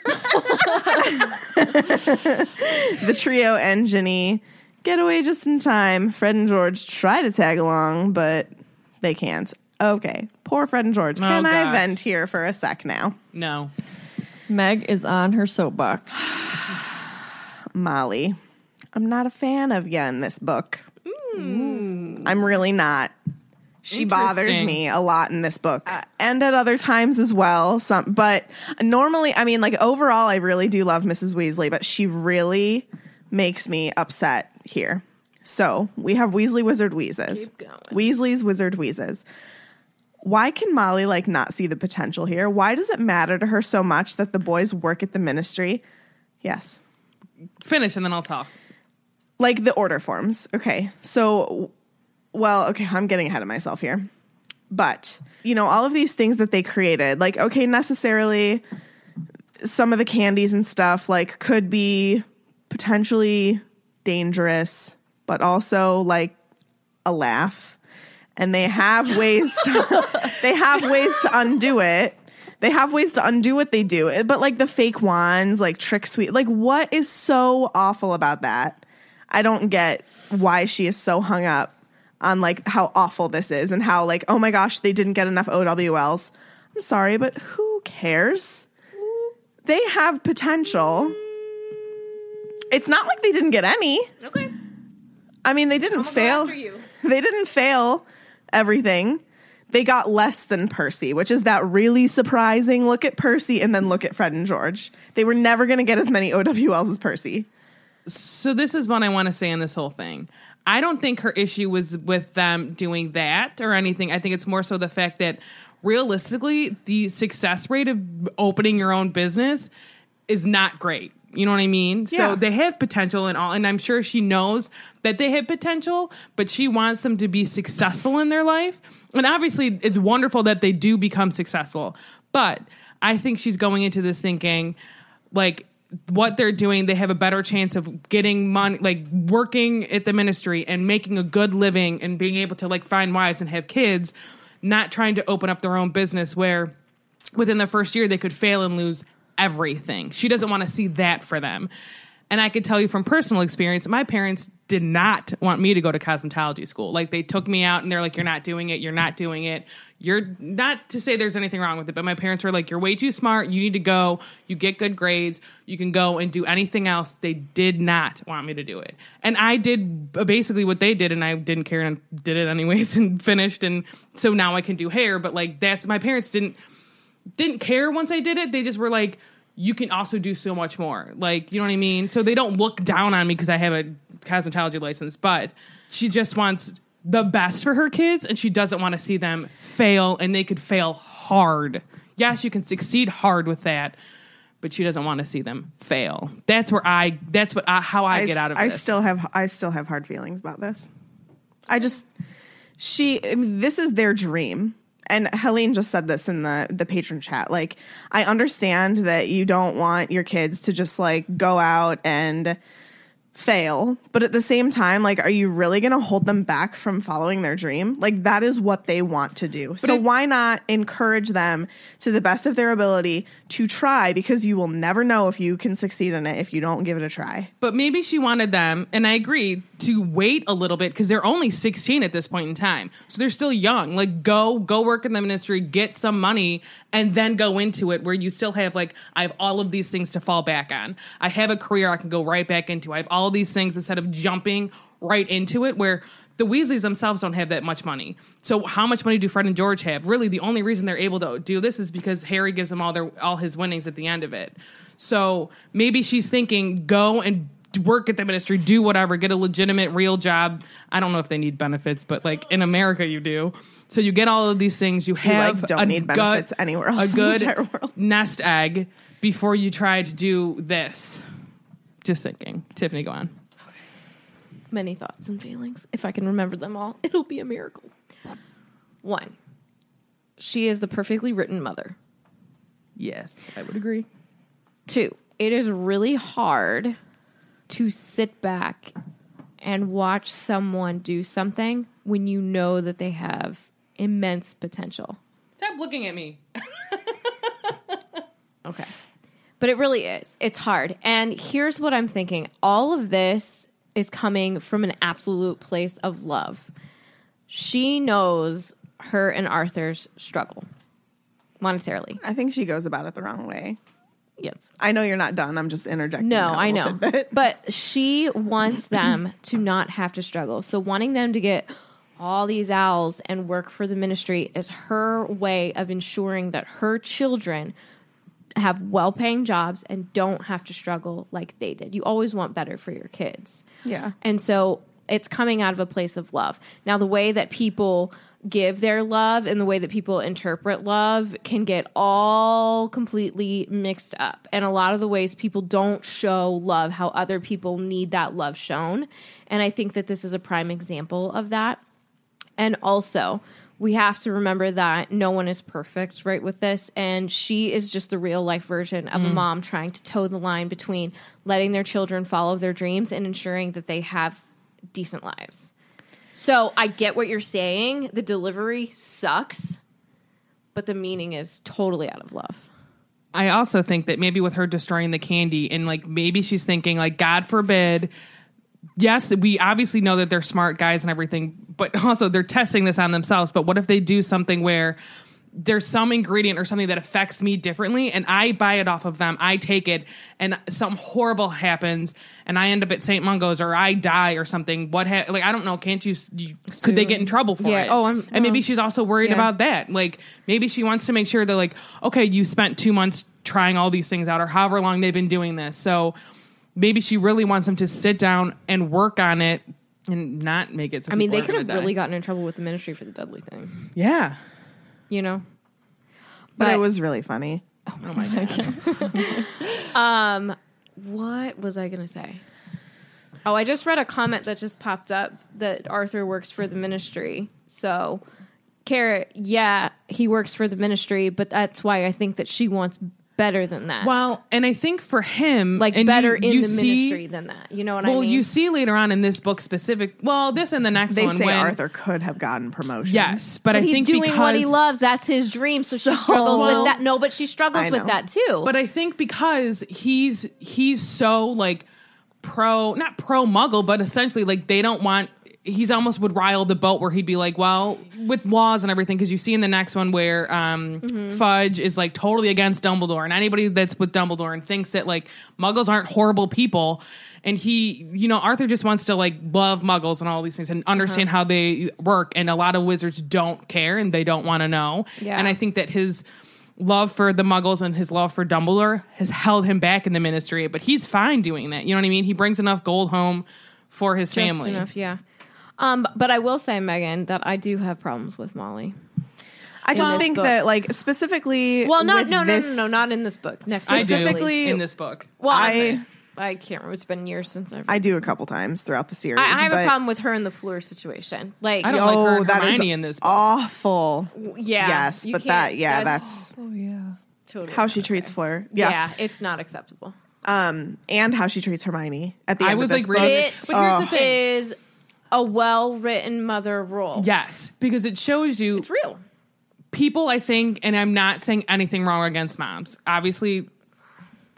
S4: the trio and Ginny get away just in time. Fred and George try to tag along, but they can't. Okay, poor Fred and George. Can I
S2: gosh.
S4: vent here for a sec now?
S2: No.
S1: Meg is on her soapbox.
S4: Molly, I'm not a fan of you in this book.
S6: Hmm.
S4: I'm really not. She bothers
S2: Interesting.
S4: me a lot in this book uh, and at other times as well. Some, but normally, I mean, like overall, I really do love Mrs. Weasley, but she really makes me upset here. So we have Weasley Wizard Wheezes.
S6: Keep going.
S4: Weasley's Wizard Wheezes. Why can Molly like not see the potential here? Why does it matter to her so much that the boys work at the ministry? Yes,
S2: Finish and then I'll talk.
S4: like the order forms. Okay. So, w- well, okay, I'm getting ahead of myself here. But, you know, all of these things that they created, like, okay, necessarily some of the candies and stuff, like, could be potentially dangerous, but also like a laugh. And they have ways to, they have ways to undo it. They have ways to undo what they do. But like the fake wands, like trick sweet, like what is so awful about that? I don't get why she is so hung up on like how awful this is and how like oh my gosh they didn't get enough OWLs. I'm sorry, but who cares? They have potential. It's not like they didn't get any.
S6: okay.
S4: I mean, they didn't fail.
S6: after you.
S4: They didn't fail everything. They got less than Percy, which is that really surprising. Look at Percy and then look at Fred and George. They were never going to get as many OWLs as Percy.
S2: So this is what I want to say in this whole thing. I don't think her issue was with them doing that or anything. I think it's more so the fact that realistically, the success rate of opening your own business is not great. You know what I mean?
S4: Yeah.
S2: So they have potential and all, and I'm sure she knows that they have potential, but she wants them to be successful in their life. And obviously, it's wonderful that they do become successful. But I think she's going into this thinking, like what they're doing, they have a better chance of getting money, like working at the ministry and making a good living and being able to like find wives and have kids, not trying to open up their own business where within the first year they could fail and lose everything. She doesn't want to see that for them. And I could tell you from personal experience, my parents did not want me to go to cosmetology school. Like they took me out and they're like, "You're not doing it. You're not doing it. You're not to say there's anything wrong with it." But my parents were like, "You're way too smart. You need to go. You get good grades. You can go and do anything else." They did not want me to do it, and I did b- basically what they did, and I didn't care and did it anyways and finished. And so now I can do hair, but like that's my parents didn't didn't care once I did it. They just were like, you can also do so much more. Like, you know what I mean? So they don't look down on me because I have a cosmetology license, but she just wants the best for her kids and she doesn't want to see them fail and they could fail hard. Yes, you can succeed hard with that, but she doesn't want to see them fail. That's where I that's what I, how I, get
S4: s-
S2: out of
S4: I
S2: this.
S4: still have I still have hard feelings about this. I just she I mean, this is their dream. And Helene just said this in the the patron chat. Like I understand that you don't want your kids to just like go out and fail, but at the same time like are you really going to hold them back from following their dream? Like that is what they want to do. so
S2: it-
S4: why not encourage them to the best of their ability to try because you will never know if you can succeed in it if you don't give it a try.
S2: But maybe she wanted them, and I agree, to wait a little bit because they're only 16 at this point in time. So they're still young. Like, go, go work in the ministry, get some money, and then go into it where you still have, like, I have all of these things to fall back on. I have a career I can go right back into. I have all these things instead of jumping right into it where the Weasleys themselves don't have that much money. So how much money do Fred and George have? Really, the only reason they're able to do this is because Harry gives them all their all his winnings at the end of it. So maybe she's thinking, go and work at the ministry, do whatever, get a legitimate real job. I don't know if they need benefits, but like in America you do. So you get all of these things. You have
S4: like, don't
S2: a
S4: need
S2: gut-
S4: benefits anywhere else
S2: A
S4: in the
S2: good
S4: entire world.
S2: nest egg before you try to do this. Just thinking, Tiffany, go on.
S6: Many thoughts and feelings. If I can remember them all, it'll be a miracle. One, she is the perfectly written mother.
S2: Yes, I would agree.
S6: Two, it is really hard to sit back and watch someone do something when you know that they have immense potential.
S2: Stop looking at me.
S6: Okay. But it really is. It's hard. And here's what I'm thinking all of this is coming from an absolute place of love. She knows her and Arthur's struggle monetarily.
S4: I think she goes about it the wrong way.
S6: Yes.
S4: I know you're not done. I'm just interjecting.
S6: No,
S4: that
S6: I
S4: little
S6: know.
S4: tidbit.
S6: But she wants them to not have to struggle. So wanting them to get all these owls and work for the ministry is her way of ensuring that her children have well-paying jobs and don't have to struggle like they did. You always want better for your kids.
S4: Yeah.
S6: And so it's coming out of a place of love. Now, the way that people give their love and the way that people interpret love can get all completely mixed up. And a lot of the ways people don't show love, how other people need that love shown. And I think that this is a prime example of that. And also, we have to remember that no one is perfect, right, with this. And she is just the real life version of a
S2: Mm.
S6: mom trying to toe the line between letting their children follow their dreams and ensuring that they have decent lives. So I get what you're saying. The delivery sucks, but the meaning is totally out of love.
S2: I also think that maybe with her destroying the candy and like maybe she's thinking like God forbid. Yes, we obviously know that they're smart guys and everything, but also they're testing this on themselves. But what if they do something where there's some ingredient or something that affects me differently and I buy it off of them, I take it and something horrible happens and I end up at St. Mungo's or I die or something. What ha- like I don't know, can't you, s- you could they get in trouble for
S6: Yeah,
S2: it?
S6: oh, I'm-
S2: and
S6: no.
S2: maybe she's also worried
S6: Yeah.
S2: about that. Like maybe she wants to make sure that like, okay, you spent two months trying all these things out or however long they've been doing this. So maybe she really wants them to sit down and work on it and not make it. So
S6: I mean, they
S2: people
S6: could
S2: are
S6: have
S2: gonna
S6: really
S2: die.
S6: gotten in trouble with the ministry for the Dudley thing,
S2: yeah.
S6: you know?
S4: but, it was really funny.
S6: What was I going to say? Oh, I just read a comment that just popped up that Arthur works for the ministry. So, Carrot, yeah, he works for the ministry, but that's why I think that she wants better than that.
S2: Well, and I think for him,
S6: like
S2: and
S6: better
S2: you- you
S6: in the
S2: see-
S6: ministry than that. You know what I
S2: Well,
S6: mean?
S2: you see later on in this book specific. Well, this and the next
S4: They
S2: one.
S4: say
S2: when-
S4: Arthur could have gotten promotion.
S2: Yes, but, I
S6: he's
S2: think
S6: doing
S2: because
S6: what he loves. That's his dream. So, she struggles
S2: Well,
S6: with that. No, but she struggles
S4: I
S6: with
S4: know.
S6: that too.
S2: But I think because he's he's so like pro, not pro Muggle, but essentially like they don't want. He's almost would rile the boat where he'd be like, well, with laws and everything, because you see in the next one where um, Fudge is like totally against Dumbledore and anybody that's with Dumbledore and thinks that like Muggles aren't horrible people. And he, you know, Arthur just wants to like love Muggles and all these things and understand how they work. And a lot of wizards don't care and they don't want to know.
S6: Yeah.
S2: And I think that his love for the muggles and his love for Dumbledore has held him back in the ministry, but he's fine doing that. You know what I mean? He brings enough gold home for his
S6: Just
S2: family.
S6: enough, yeah. Um, but I will say, Megan, that I do have problems with Molly.
S4: I just
S6: this
S4: think
S6: book.
S4: that like specifically.
S6: Well, not
S4: with
S6: no, no,
S4: this,
S6: no, no, not in this book. Next
S2: I
S6: one.
S2: do
S4: Specifically-
S2: in this book.
S6: Well,
S4: I-
S6: I I can't remember. It's been years since I've.
S4: I do a couple times throughout the series.
S6: I, I have a
S4: but- oh,
S6: problem with her in the Fleur situation. Like,
S2: I don't like her and Hermione in this book.
S4: awful.
S6: yeah,
S4: yes,
S6: you
S4: but
S6: can't-
S4: that yeah, that's,
S1: Oh yeah.
S6: totally
S4: how she treats Fleur.
S6: Yeah.
S4: Yeah.
S6: it's not acceptable.
S4: um, and how she treats Hermione at the
S2: I
S4: end
S2: was
S4: of
S2: like
S4: this
S2: really-
S6: It
S2: But here's the thing.
S6: is a well written mother role.
S2: Yes, because it shows you
S6: it's real.
S2: people, I think, and I'm not saying anything wrong against moms. Obviously,
S4: book.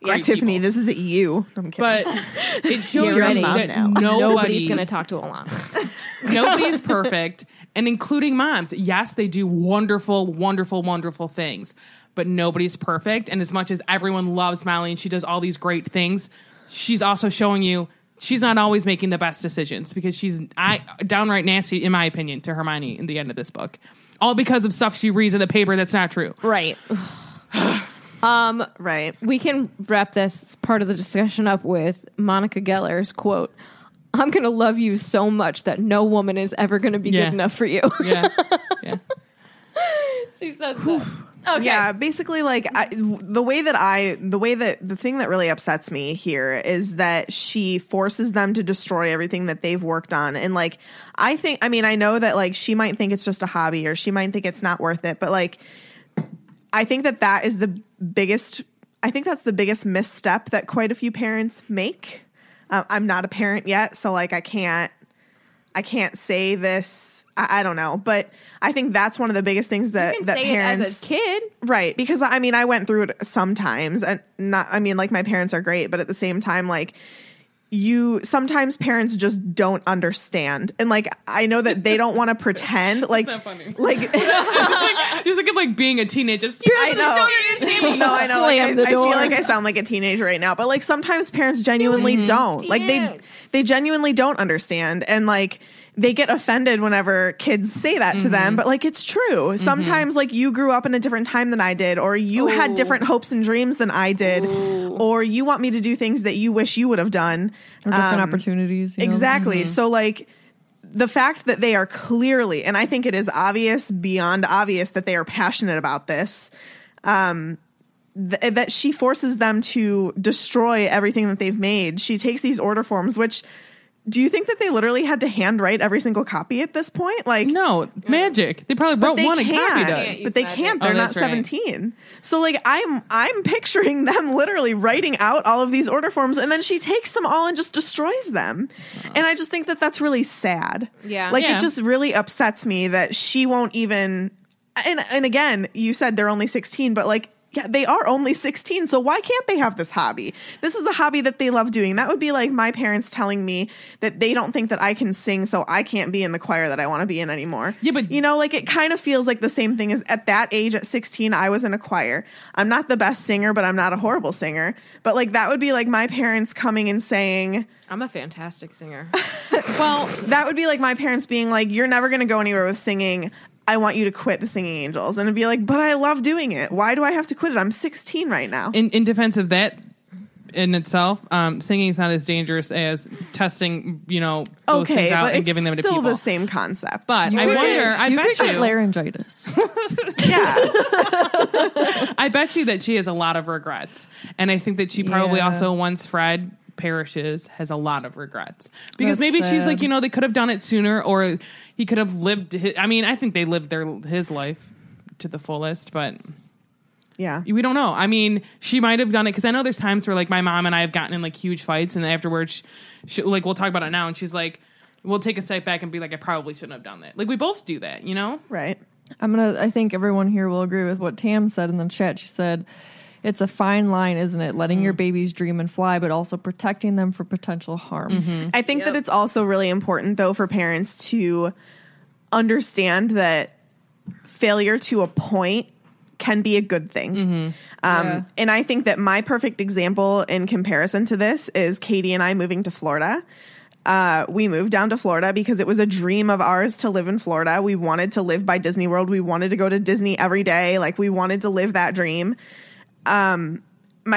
S4: Yeah,
S2: great
S4: Tiffany,
S2: people.
S4: this is at you. I'm kidding.
S2: but it shows
S6: You're a
S2: you
S6: mom
S2: that
S4: now.
S2: nobody,
S6: Nobody's going to talk to Alana.
S2: nobody's perfect, and including moms. Yes, they do wonderful, wonderful, wonderful things, but nobody's perfect. And as much as everyone loves Molly and she does all these great things, she's also showing you she's not always making the best decisions because she's I, downright nasty, in my opinion, to Hermione in the end of this book. All because of stuff she reads in the paper that's not true.
S6: Right. Um,
S4: right.
S6: We can wrap this part of the discussion up with Monica Geller's quote I'm going to love you so much that no woman is ever going to be
S2: Yeah.
S6: good enough for you.
S2: Yeah. yeah.
S6: she says that. Okay.
S4: Yeah, basically, like I, the way that I, the way that the thing that really upsets me here is that she forces them to destroy everything that they've worked on. And like, I think, I mean, I know that like she might think it's just a hobby or she might think it's not worth it, but like, I think that that is the biggest, I think that's the biggest misstep that quite a few parents make. Uh, I'm not a parent yet, so like, I can't I can't say this. I, I don't know, but I think that's one of the biggest things that
S6: You can
S4: that
S6: say
S4: parents
S6: it as a kid.
S4: right because I mean I went through it sometimes and not I mean like my parents are great, but at the same time like you sometimes parents just don't understand and like I know that they don't want to pretend like
S2: not funny.
S4: like
S2: Just like, it's like being a teenager. Just,
S4: I know. No, I know. Like, I, I feel like I sound like a teenager right now, but like sometimes parents genuinely don't. Like they they genuinely don't understand, and like they get offended whenever kids say that to them. But like it's true. Sometimes like you grew up in a different time than I did, or you had different hopes and dreams than I did, or you want me to do things that you wish you would have done.
S1: Or different
S4: Um,
S1: opportunities. you know? Mm-hmm.
S4: Exactly. So like the fact that they are clearly and I think it is obvious beyond obvious that they are passionate about this um th- that she forces them to destroy everything that they've made. She takes these order forms which do you think that they literally had to handwrite every single copy at this point? Like
S2: No, magic. They probably wrote
S4: they
S2: one and copied
S4: can't,
S2: it.
S6: use
S4: but they
S6: magic.
S4: can't.
S2: Oh,
S4: They're not
S2: that's right.
S4: seventeen. So like I'm, I'm picturing them literally writing out all of these order forms, and then she takes them all and just destroys them. And I just think that that's really sad.
S6: Yeah.
S4: like
S2: Yeah.
S4: it just really upsets me that she won't even. And and again, you said they're only sixteen, but like. Yeah, they are only 16, so why can't they have this hobby? This is a hobby that they love doing. That would be like my parents telling me that they don't think that I can sing, so I can't be in the choir that I want to be in anymore.
S2: Yeah, but-
S4: you know, like it kind of feels like the same thing as at that age at 16 I was in a choir. I'm not the best singer, but I'm not a horrible singer. But like that would be like my parents coming and saying
S6: I'm a fantastic singer.
S2: Well,
S4: that would be like my parents being like you're never going to go anywhere with singing. I want you to quit the singing angels and it'd be like, "But I love doing it. Why do I have to quit it? I'm 16 right now."
S2: in, in defense of that in itself, um, singing is not as dangerous as testing, you know, those
S4: okay,
S2: things out
S4: but
S2: and
S4: it's
S2: giving them to
S4: still
S2: people.
S4: the same concept.
S2: But I
S1: could
S2: wonder,
S1: get-
S2: I
S1: you
S2: bet
S1: could get
S2: you,
S1: laryngitis.
S4: yeah.
S2: I bet you that she has a lot of regrets. And I think that she probably
S1: Yeah.
S2: also, once Fred perishes, has a lot of regrets. Because
S1: That's
S2: maybe she's
S1: sad.
S2: like, you know, they could have done it sooner or he could have lived his, I mean, I think they lived their his life to the fullest, but
S4: Yeah.
S2: We don't know. I mean, she might have done it because I know there's times where like my mom and I have gotten in like huge fights, and afterwards, she, like we'll talk about it now, and she's like, we'll take a step back and be like, I probably shouldn't have done that. Like we both do that, you know?
S4: Right.
S1: I'm gonna. I think everyone here will agree with what Tam said in the chat. She said, "It's a fine line, isn't it? Letting your babies dream and fly, but also protecting them for potential harm."
S4: I think that it's also really important, though, for parents to understand that failure to a point can be a good thing. Um, And I think that my perfect example in comparison to this is Katie and I moving to Florida. Uh, we moved down to Florida because it was a dream of ours to live in Florida. We wanted to live by Disney World. We wanted to go to Disney every day. Like, we wanted to live that dream my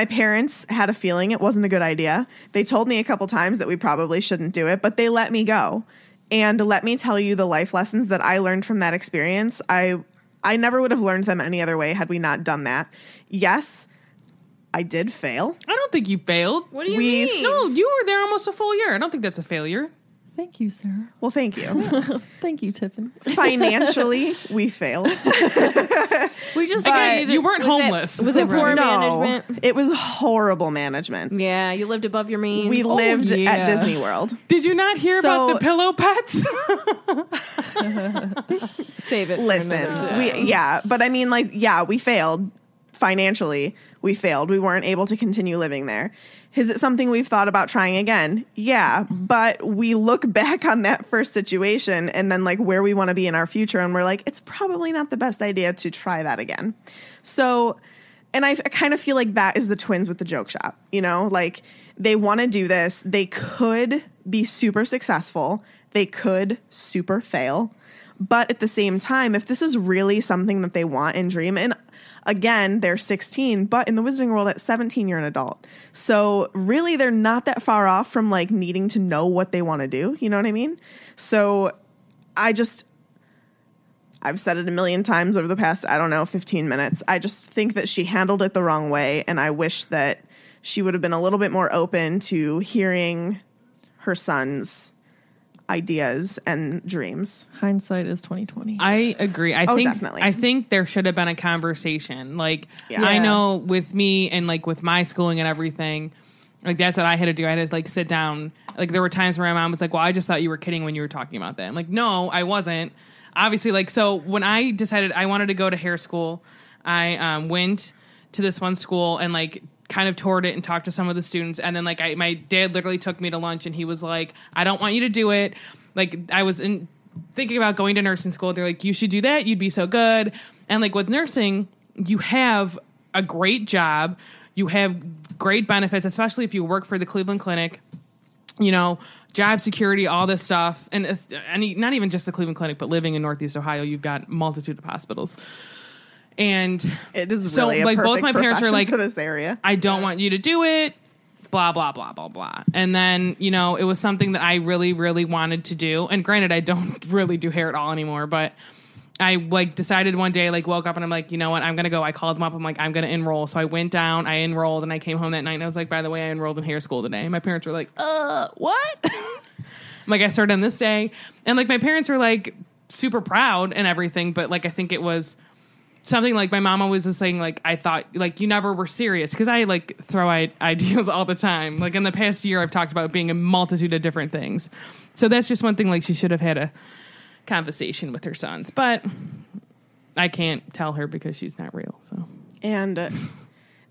S4: parents had a feeling it wasn't a good idea. They told me a couple times that we probably shouldn't do it, but they let me go. And let me tell you the life lessons that I learned from that experience. I I never would have learned them any other way had we not done that. Yes, I did fail.
S2: I don't think you failed. What do
S4: you We- mean?
S2: No, you were there almost a full year. I don't think that's a failure.
S1: Thank you, Sarah.
S4: Well, thank you.
S1: Thank you, Tiffin.
S4: Financially, we failed.
S6: We just
S4: But
S2: You weren't
S6: Was it-
S2: homeless.
S6: was it poor
S4: No,
S6: management? Oh,
S4: it was horrible management.
S6: Yeah, you lived above your means. Oh,
S4: We lived
S1: yeah.
S4: at Disney World.
S2: Did you not hear about
S4: So-
S2: the pillow pets?
S6: Save it. for another
S4: Listen,
S6: time.
S4: we yeah, but I mean, like, yeah, we failed financially. We failed. We weren't able to continue living there. Is it something we've thought about trying again? Yeah, but we look back on that first situation and then like where we want to be in our future, and we're like, it's probably not the best idea to try that again. So, and I, I kind of feel like that is the twins with the joke shop. You know, like they want to do this. They could be super successful. They could super fail. But at the same time, if this is really something that they want and dream, and again, they're 16, but in the Wizarding World at 17, you're an adult. So really, they're not that far off from like needing to know what they want to do. You know what I mean? So I just, I've said it a million times over the past, I don't know, 15 minutes. I just think that she handled it the wrong way. And I wish that she would have been a little bit more open to hearing her son's ideas and dreams.
S1: Hindsight is twenty twenty.
S2: I agree. I
S4: Oh,
S2: think
S4: definitely.
S2: I think there should have been a conversation. Like
S4: Yeah.
S2: I know with me and like with my schooling and everything, like that's what I had to do. I had to like sit down. Like there were times where my mom was like, "Well, I just thought you were kidding when you were talking about that." I'm like, "No, I wasn't." Obviously, like so when I decided I wanted to go to hair school, I um, went to this one school and like kind of toured it and talked to some of the students and then like I, my dad literally took me to lunch and he was like i don't want you to do it like i was in thinking about going to nursing school they're like you should do that you'd be so good and like with nursing you have a great job you have great benefits especially if you work for the cleveland clinic you know, job security, all this stuff, and if, any, not even just the Cleveland Clinic, but living in Northeast Ohio, you've got multitude of hospitals. And
S4: It is
S2: so,
S4: really a
S2: like, both
S4: perfect
S2: my parents are
S4: profession
S2: like,
S4: for this area.
S2: I don't want you to do it. Blah blah blah blah blah. And then you know it was something that I really really wanted to do. And granted, I don't really do hair at all anymore, but. I like decided one day, like woke up and I'm like, you know what, I'm gonna go. I called them up. I'm like, I'm gonna enroll. So I went down, I enrolled, and I came home that night. and I was like, by the way, I enrolled in hair school today. My parents were like, uh, what? I'm like I started on this day, and like my parents were like super proud and everything, but like I think it was something like my mom always was saying like I thought like you never were serious because I like throw i- ideas all the time. Like in the past year, I've talked about being a multitude of different things, so that's just one thing. Like she should have had a conversation with her sons, but I can't tell her because she's not real. So
S4: and uh,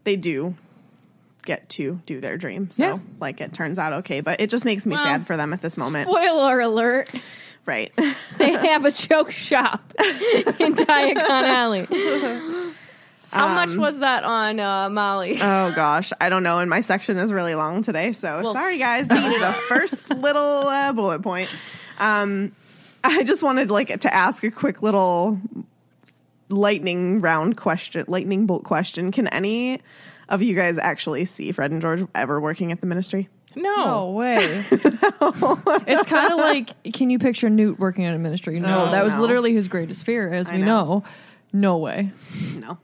S4: they do get to do their dream. So,
S2: Yeah.
S4: like, it turns out okay, but it just makes me
S2: Well,
S4: sad for them at this moment.
S6: Spoiler alert.
S4: right.
S6: They have a joke shop in Diagon Alley. How
S2: Um,
S6: much was that on uh, Molly?
S4: oh, gosh. I don't know. And my section is really long today. So, sorry, guys. That was the first little uh, bullet point. Um, I just wanted, like, to ask a quick little lightning round question, lightning bolt question. Can any of you guys actually see Fred and George ever working at the ministry?
S2: no,
S1: No way. Oh. it's kind of like can you picture Newt working at a ministry? No,
S4: No,
S1: that was
S4: no.
S1: literally his greatest fear, as we
S4: know.
S1: know. No way.
S4: No.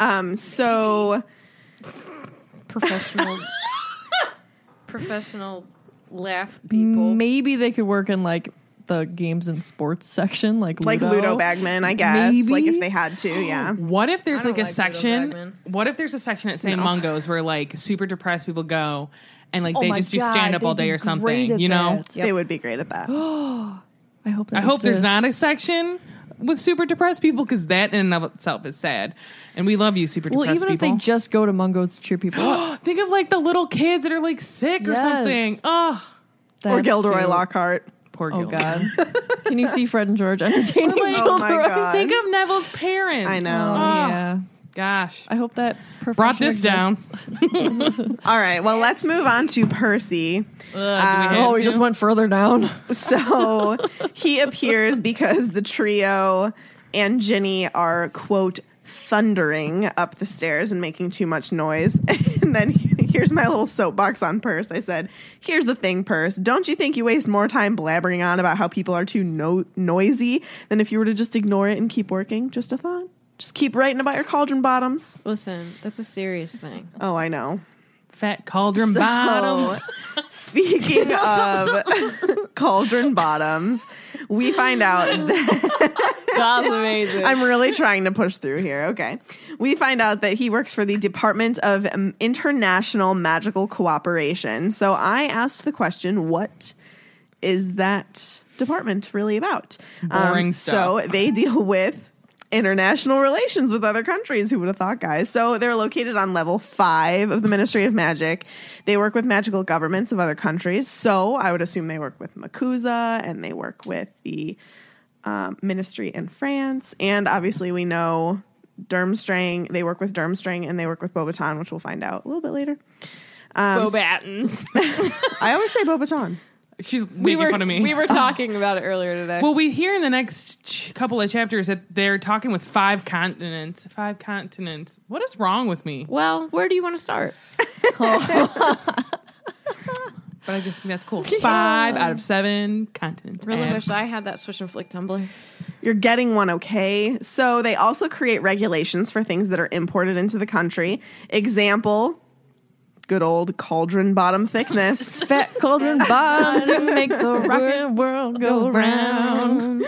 S4: Um, so...
S6: professional, professional laugh people.
S1: Maybe they could work in like the games and sports section, like Ludo.
S4: like Ludo Bagman, I guess. Like
S1: Maybe?
S4: if they had to, yeah.
S2: What if there's
S6: don't
S2: like a
S6: like Ludo
S2: section?
S6: Bagman.
S2: What if there's a section at St. Mungo's where like super depressed people go and like they
S1: Oh my
S2: just do
S1: God,
S2: stand up
S1: they'd
S2: all
S1: be
S2: day or
S1: great
S2: something?
S1: at
S2: You know,
S1: that.
S4: They would be great at that.
S1: I hope. That
S2: I hope there's not a
S1: exists.
S2: section with super depressed people because that in and of itself is sad. And we love you, super
S1: Well,
S2: depressed
S1: even if
S2: people.
S1: they just go to Mungo's to cheer people up,
S2: Think of like the little kids that are like sick or
S1: Yes.
S2: something. Oh,
S4: or
S1: that's
S4: Gilderoy
S1: cute.
S4: Lockhart.
S2: poor
S1: Oh
S2: Gilderoy.
S1: God! Can you see Fred and George entertaining?
S4: Oh my
S1: Gilderoy?
S4: god.
S2: Think of Neville's parents.
S4: I know.
S1: Oh,
S2: Oh.
S1: yeah.
S2: Gosh.
S1: I hope that profession
S2: Brought this
S1: exists.
S2: down.
S4: All right, well, let's move on to Percy.
S2: Ugh, do
S4: Uh,
S2: we have
S1: Oh, we
S2: to?
S1: just went further down.
S4: So he appears because the trio and Ginny are, quote, thundering up the stairs and making too much noise. And then here's my little soapbox on Purse. I said, Here's the thing, Purse. Don't you think you waste more time blabbering on about how people are too no- noisy than if you were to just ignore it and keep working? Just a thought. Just keep writing about your cauldron bottoms.
S6: Listen, that's a serious thing.
S4: Oh, I know.
S2: Fat cauldron
S4: So,
S2: bottoms.
S4: Speaking of cauldron bottoms, we find out that
S6: That's amazing.
S4: I'm really trying to push through here. Okay. We find out that he works for the Department of um, International Magical Cooperation. So I asked the question, what is that department really about? Um,
S2: Boring stuff.
S4: So they deal with international relations with other countries. Who would have thought, guys? So they're located on level five of the Ministry of Magic. They work with magical governments of other countries. So I would assume they work with Makusa and they work with the um, ministry in France. And obviously, we know Durmstrang. They work with Durmstrang and they work with Bobaton, which we'll find out a little bit later. Um,
S6: Bobatons.
S4: I always say Bobaton.
S2: She's making
S6: we were
S2: fun of me. Oh.
S6: we were talking about it earlier today.
S2: well, we hear in the next ch- couple of chapters that they're talking with five continents. Five continents. What is wrong with me?
S6: well, where do you want to start?
S2: But I just think that's cool. Five out of seven continents.
S6: Really
S2: And-
S6: wish I had that switch and flick tumbler.
S4: You're getting one, okay? So they also create regulations for things that are imported into the country. Example, good old cauldron bottom thickness.
S1: Fat cauldron bombs to make the rocket world go round.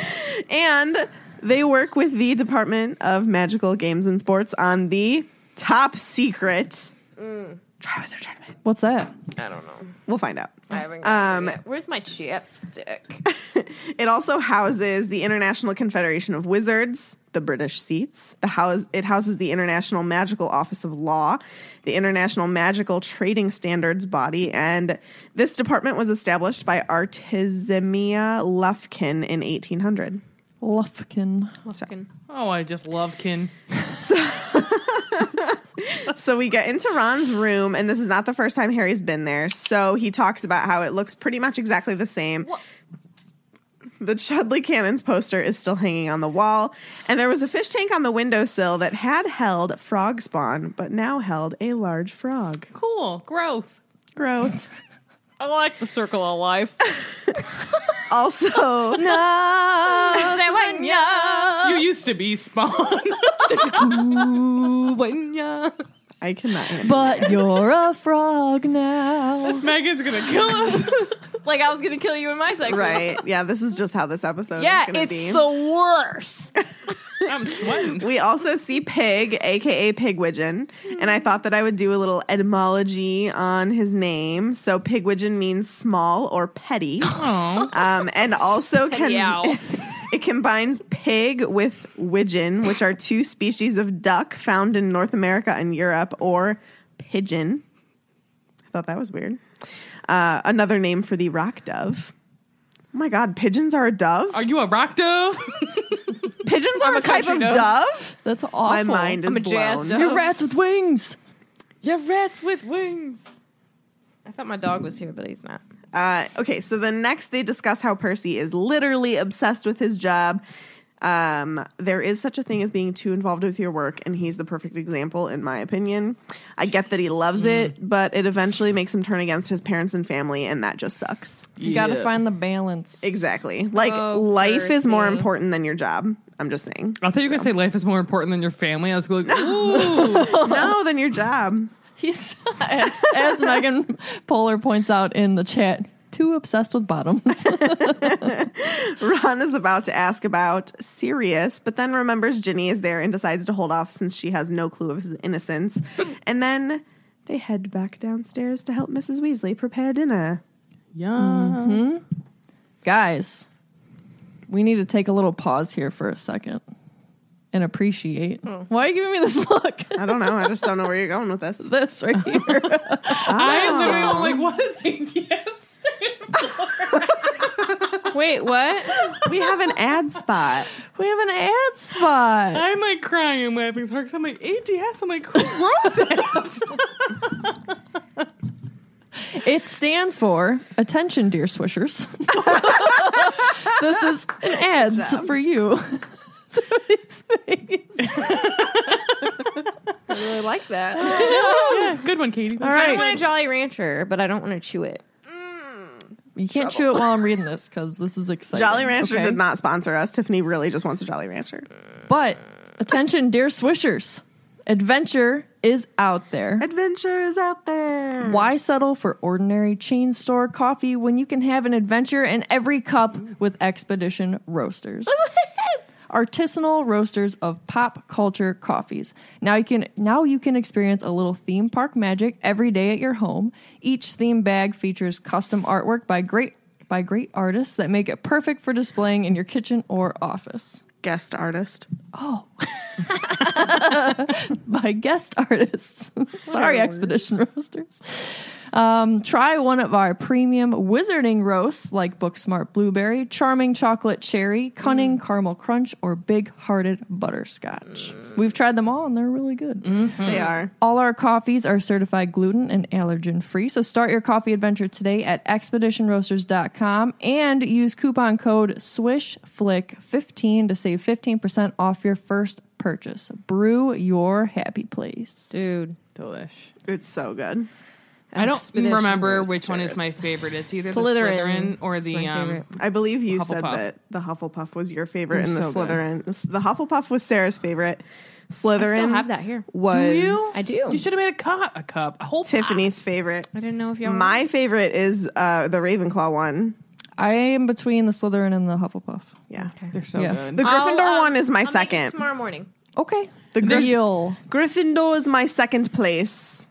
S4: and they work with the Department of Magical Games and Sports on the top secret Triwizard Tournament.
S1: What's that?
S6: I don't know.
S4: We'll find out.
S6: I haven't.
S4: Um,
S6: gotten there yet. Where's my chapstick?
S4: It also houses the International Confederation of Wizards, the British seats. The house it houses the International Magical Office of Law, the International Magical Trading Standards Body, and this department was established by Artizemia Lufkin in 1800.
S1: Lufkin.
S2: Oh, I just love kin.
S4: So we get into Ron's room, and this is not the first time Harry's been there. So he talks about how it looks pretty much exactly the same. The Chudley Cannons poster is still hanging on the wall, and there was a fish tank on the windowsill that had held frog spawn, but now held a large frog.
S2: Cool. Growth.
S4: Gross.
S6: I like the circle of life.
S4: also,
S2: You used to be spawn.
S4: I cannot. handle-
S1: But you're a frog now.
S2: Megan's gonna kill us.
S6: like I was gonna kill you in my section.
S4: Right? Yeah, this is just how this episode
S6: Yeah,
S4: is going to
S6: it's
S4: be.
S6: the worst.
S2: I'm sweating.
S4: We also see Pig, aka Pigwidgeon, and I thought that I would do a little etymology on his name. So Pigwidgeon means small or petty,
S2: Oh,
S4: um, and also can
S6: Meow.
S4: it combines pig with widgeon, which are two species of duck found in North America and Europe, or pigeon. I thought that was weird. Uh, another name for the rock dove. Oh my God, pigeons are a dove.
S2: are you a rock dove?
S4: pigeons are a, type
S2: country
S4: of
S2: dove.
S4: dove.
S1: That's awful.
S4: My mind is
S6: I'm a jazz
S4: blown.
S6: dove.
S1: You're rats with wings.
S6: You're rats with wings. I thought my dog was here, but he's not.
S4: Uh, okay, so the next they discuss how Percy is literally obsessed with his job. Um, there is such a thing as being too involved with your work, and he's the perfect example, in my opinion. I get that he loves
S6: Mm.
S4: it, but it eventually makes him turn against his parents and family, and that just sucks.
S1: You gotta find the balance.
S4: Exactly. Like,
S6: Oh,
S4: life is more
S6: Percy.
S4: important than your job. I'm just saying.
S2: I thought you were gonna say life is more important than your family. I was like, ooh,
S4: no, than your job.
S1: He's as, as Megan Polar points out in the chat, too obsessed with bottoms.
S4: Ron is about to ask about Sirius, but then remembers Ginny is there and decides to hold off since she has no clue of his innocence. and then they head back downstairs to help Mrs. Weasley prepare dinner.
S2: Yeah.
S1: Guys, we need to take a little pause here for a second and appreciate. Why are you giving me this look?
S4: I don't know. I just don't know where you're going with this.
S1: this right here.
S2: I literally like, what is ATS?
S6: Wait, what?
S4: We have an ad spot.
S1: we have an ad spot.
S2: I'm like crying and laughing so hard because I'm like, ATS? I'm like, who wrote that?
S1: It stands for Attention, Dear Swishers. this is an ads for you.
S6: I really like that.
S2: yeah, good one, Katie.
S6: I kind of want a Jolly Rancher, but I don't want to chew it.
S1: You can't chew it while I'm reading this because this is exciting.
S4: Jolly Rancher
S1: okay?
S4: did not sponsor us. Tiffany really just wants a Jolly Rancher.
S1: But attention, dear swishers, adventure is out there.
S4: Adventures out there.
S1: Why settle for ordinary chain store coffee when you can have an adventure in every cup with Expedition Roasters? Artisanal roasters of pop culture coffees. Now you can now you can experience a little theme park magic every day at your home. Each theme bag features custom artwork by great by great artists that make it perfect for displaying in your kitchen or office.
S4: Guest artist.
S1: by guest artists. Sorry, Expedition Roasters. Um, try one of our premium wizarding roasts like Booksmart Blueberry, Charming Chocolate Cherry, Cunning Caramel Crunch, or Big Hearted Butterscotch. We've tried them all and they're really good.
S4: They are.
S1: All our coffees are certified gluten and allergen free. So start your coffee adventure today at expeditionroasters.com and use coupon code SWISHFLICK15 to save 15% off your first purchase. Brew your happy place.
S6: Dude.
S2: Delish.
S4: It's so good.
S2: I don't
S6: Expedition
S2: remember which one is
S6: Roasters.
S2: my favorite. It's either
S6: Slytherin
S2: the Slytherin or
S6: is
S2: the
S6: my
S2: um,
S6: favorite.
S4: I believe you said
S2: Hufflepuff.
S4: that the Hufflepuff was your favorite and
S2: They're
S4: the
S2: so good.
S4: Slytherin. The Hufflepuff was Sarah's favorite. Slytherin
S6: I still have that here.
S4: was
S2: You? Ah.
S6: I do.
S2: You should have made a cup, a cup, a whole
S4: Tiffany's favorite.
S6: I didn't know if y'all
S4: My favorite is uh, the Ravenclaw one.
S1: I am between the Slytherin and the Hufflepuff.
S4: Yeah.
S2: They're so
S1: Yeah.
S4: The
S2: good.
S4: Gryffindor
S2: uh,
S4: one is my
S6: I'll make it
S4: second.
S6: tomorrow morning.
S1: Okay.
S4: The Gryff-
S1: Deal.
S4: Gryffindor is my second place.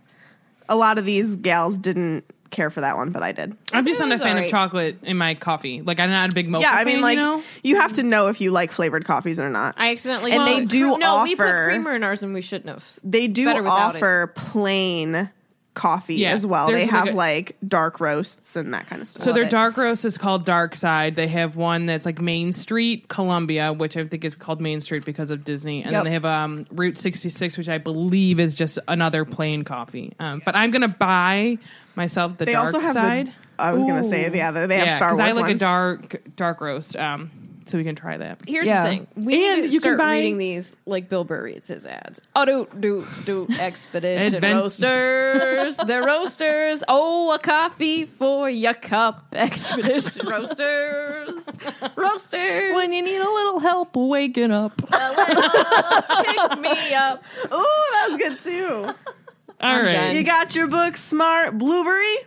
S4: A lot of these gals didn't care for that one, but I did.
S2: I'm just
S6: It
S2: not a
S6: was
S2: fan of
S6: alright.
S2: chocolate in my coffee. Like I'm not a big mocha.
S4: yeah, I mean,
S2: fan,
S4: like,
S2: you
S4: you,
S2: know?
S4: have to know if you like flavored coffees or not.
S6: I accidentally
S4: And they do
S6: no, we put
S4: offer-
S6: creamer in ours and we shouldn't have.
S4: they do
S6: better without it.
S4: offer plain coffee
S2: Yeah,
S4: as well.
S2: there's
S4: They
S2: like
S4: have
S2: a-
S4: like dark roasts and that kind of stuff.
S2: So their
S6: it.
S2: dark roast is called Dark Side. They have one that's like Main Street Columbia, which I think is called Main Street because of Disney, and
S1: Yep.
S2: then they have um, Route 66, which I believe is just another plain coffee. Um, But I'm gonna buy myself the
S4: they
S2: dark
S4: also have
S2: side.
S4: the. I was gonna say the other. They have
S2: yeah,
S4: Star Wars
S2: I like a
S4: ones.
S2: dark dark roast, um, so we can try that.
S6: Here's
S1: Yeah.
S6: the thing: we
S2: And
S6: need to
S2: you can
S6: start
S2: buy-
S6: reading these like Bill Burr reads his ads. Oh, do do do expedition
S2: Advent-
S6: roasters, they're roasters. Oh, a coffee for your cup, expedition roasters, roasters.
S1: When you need a little help waking up.
S6: pick me up,
S4: Oh, that was good too.
S2: All right.
S6: done.
S4: You got your book, Smart Blueberry.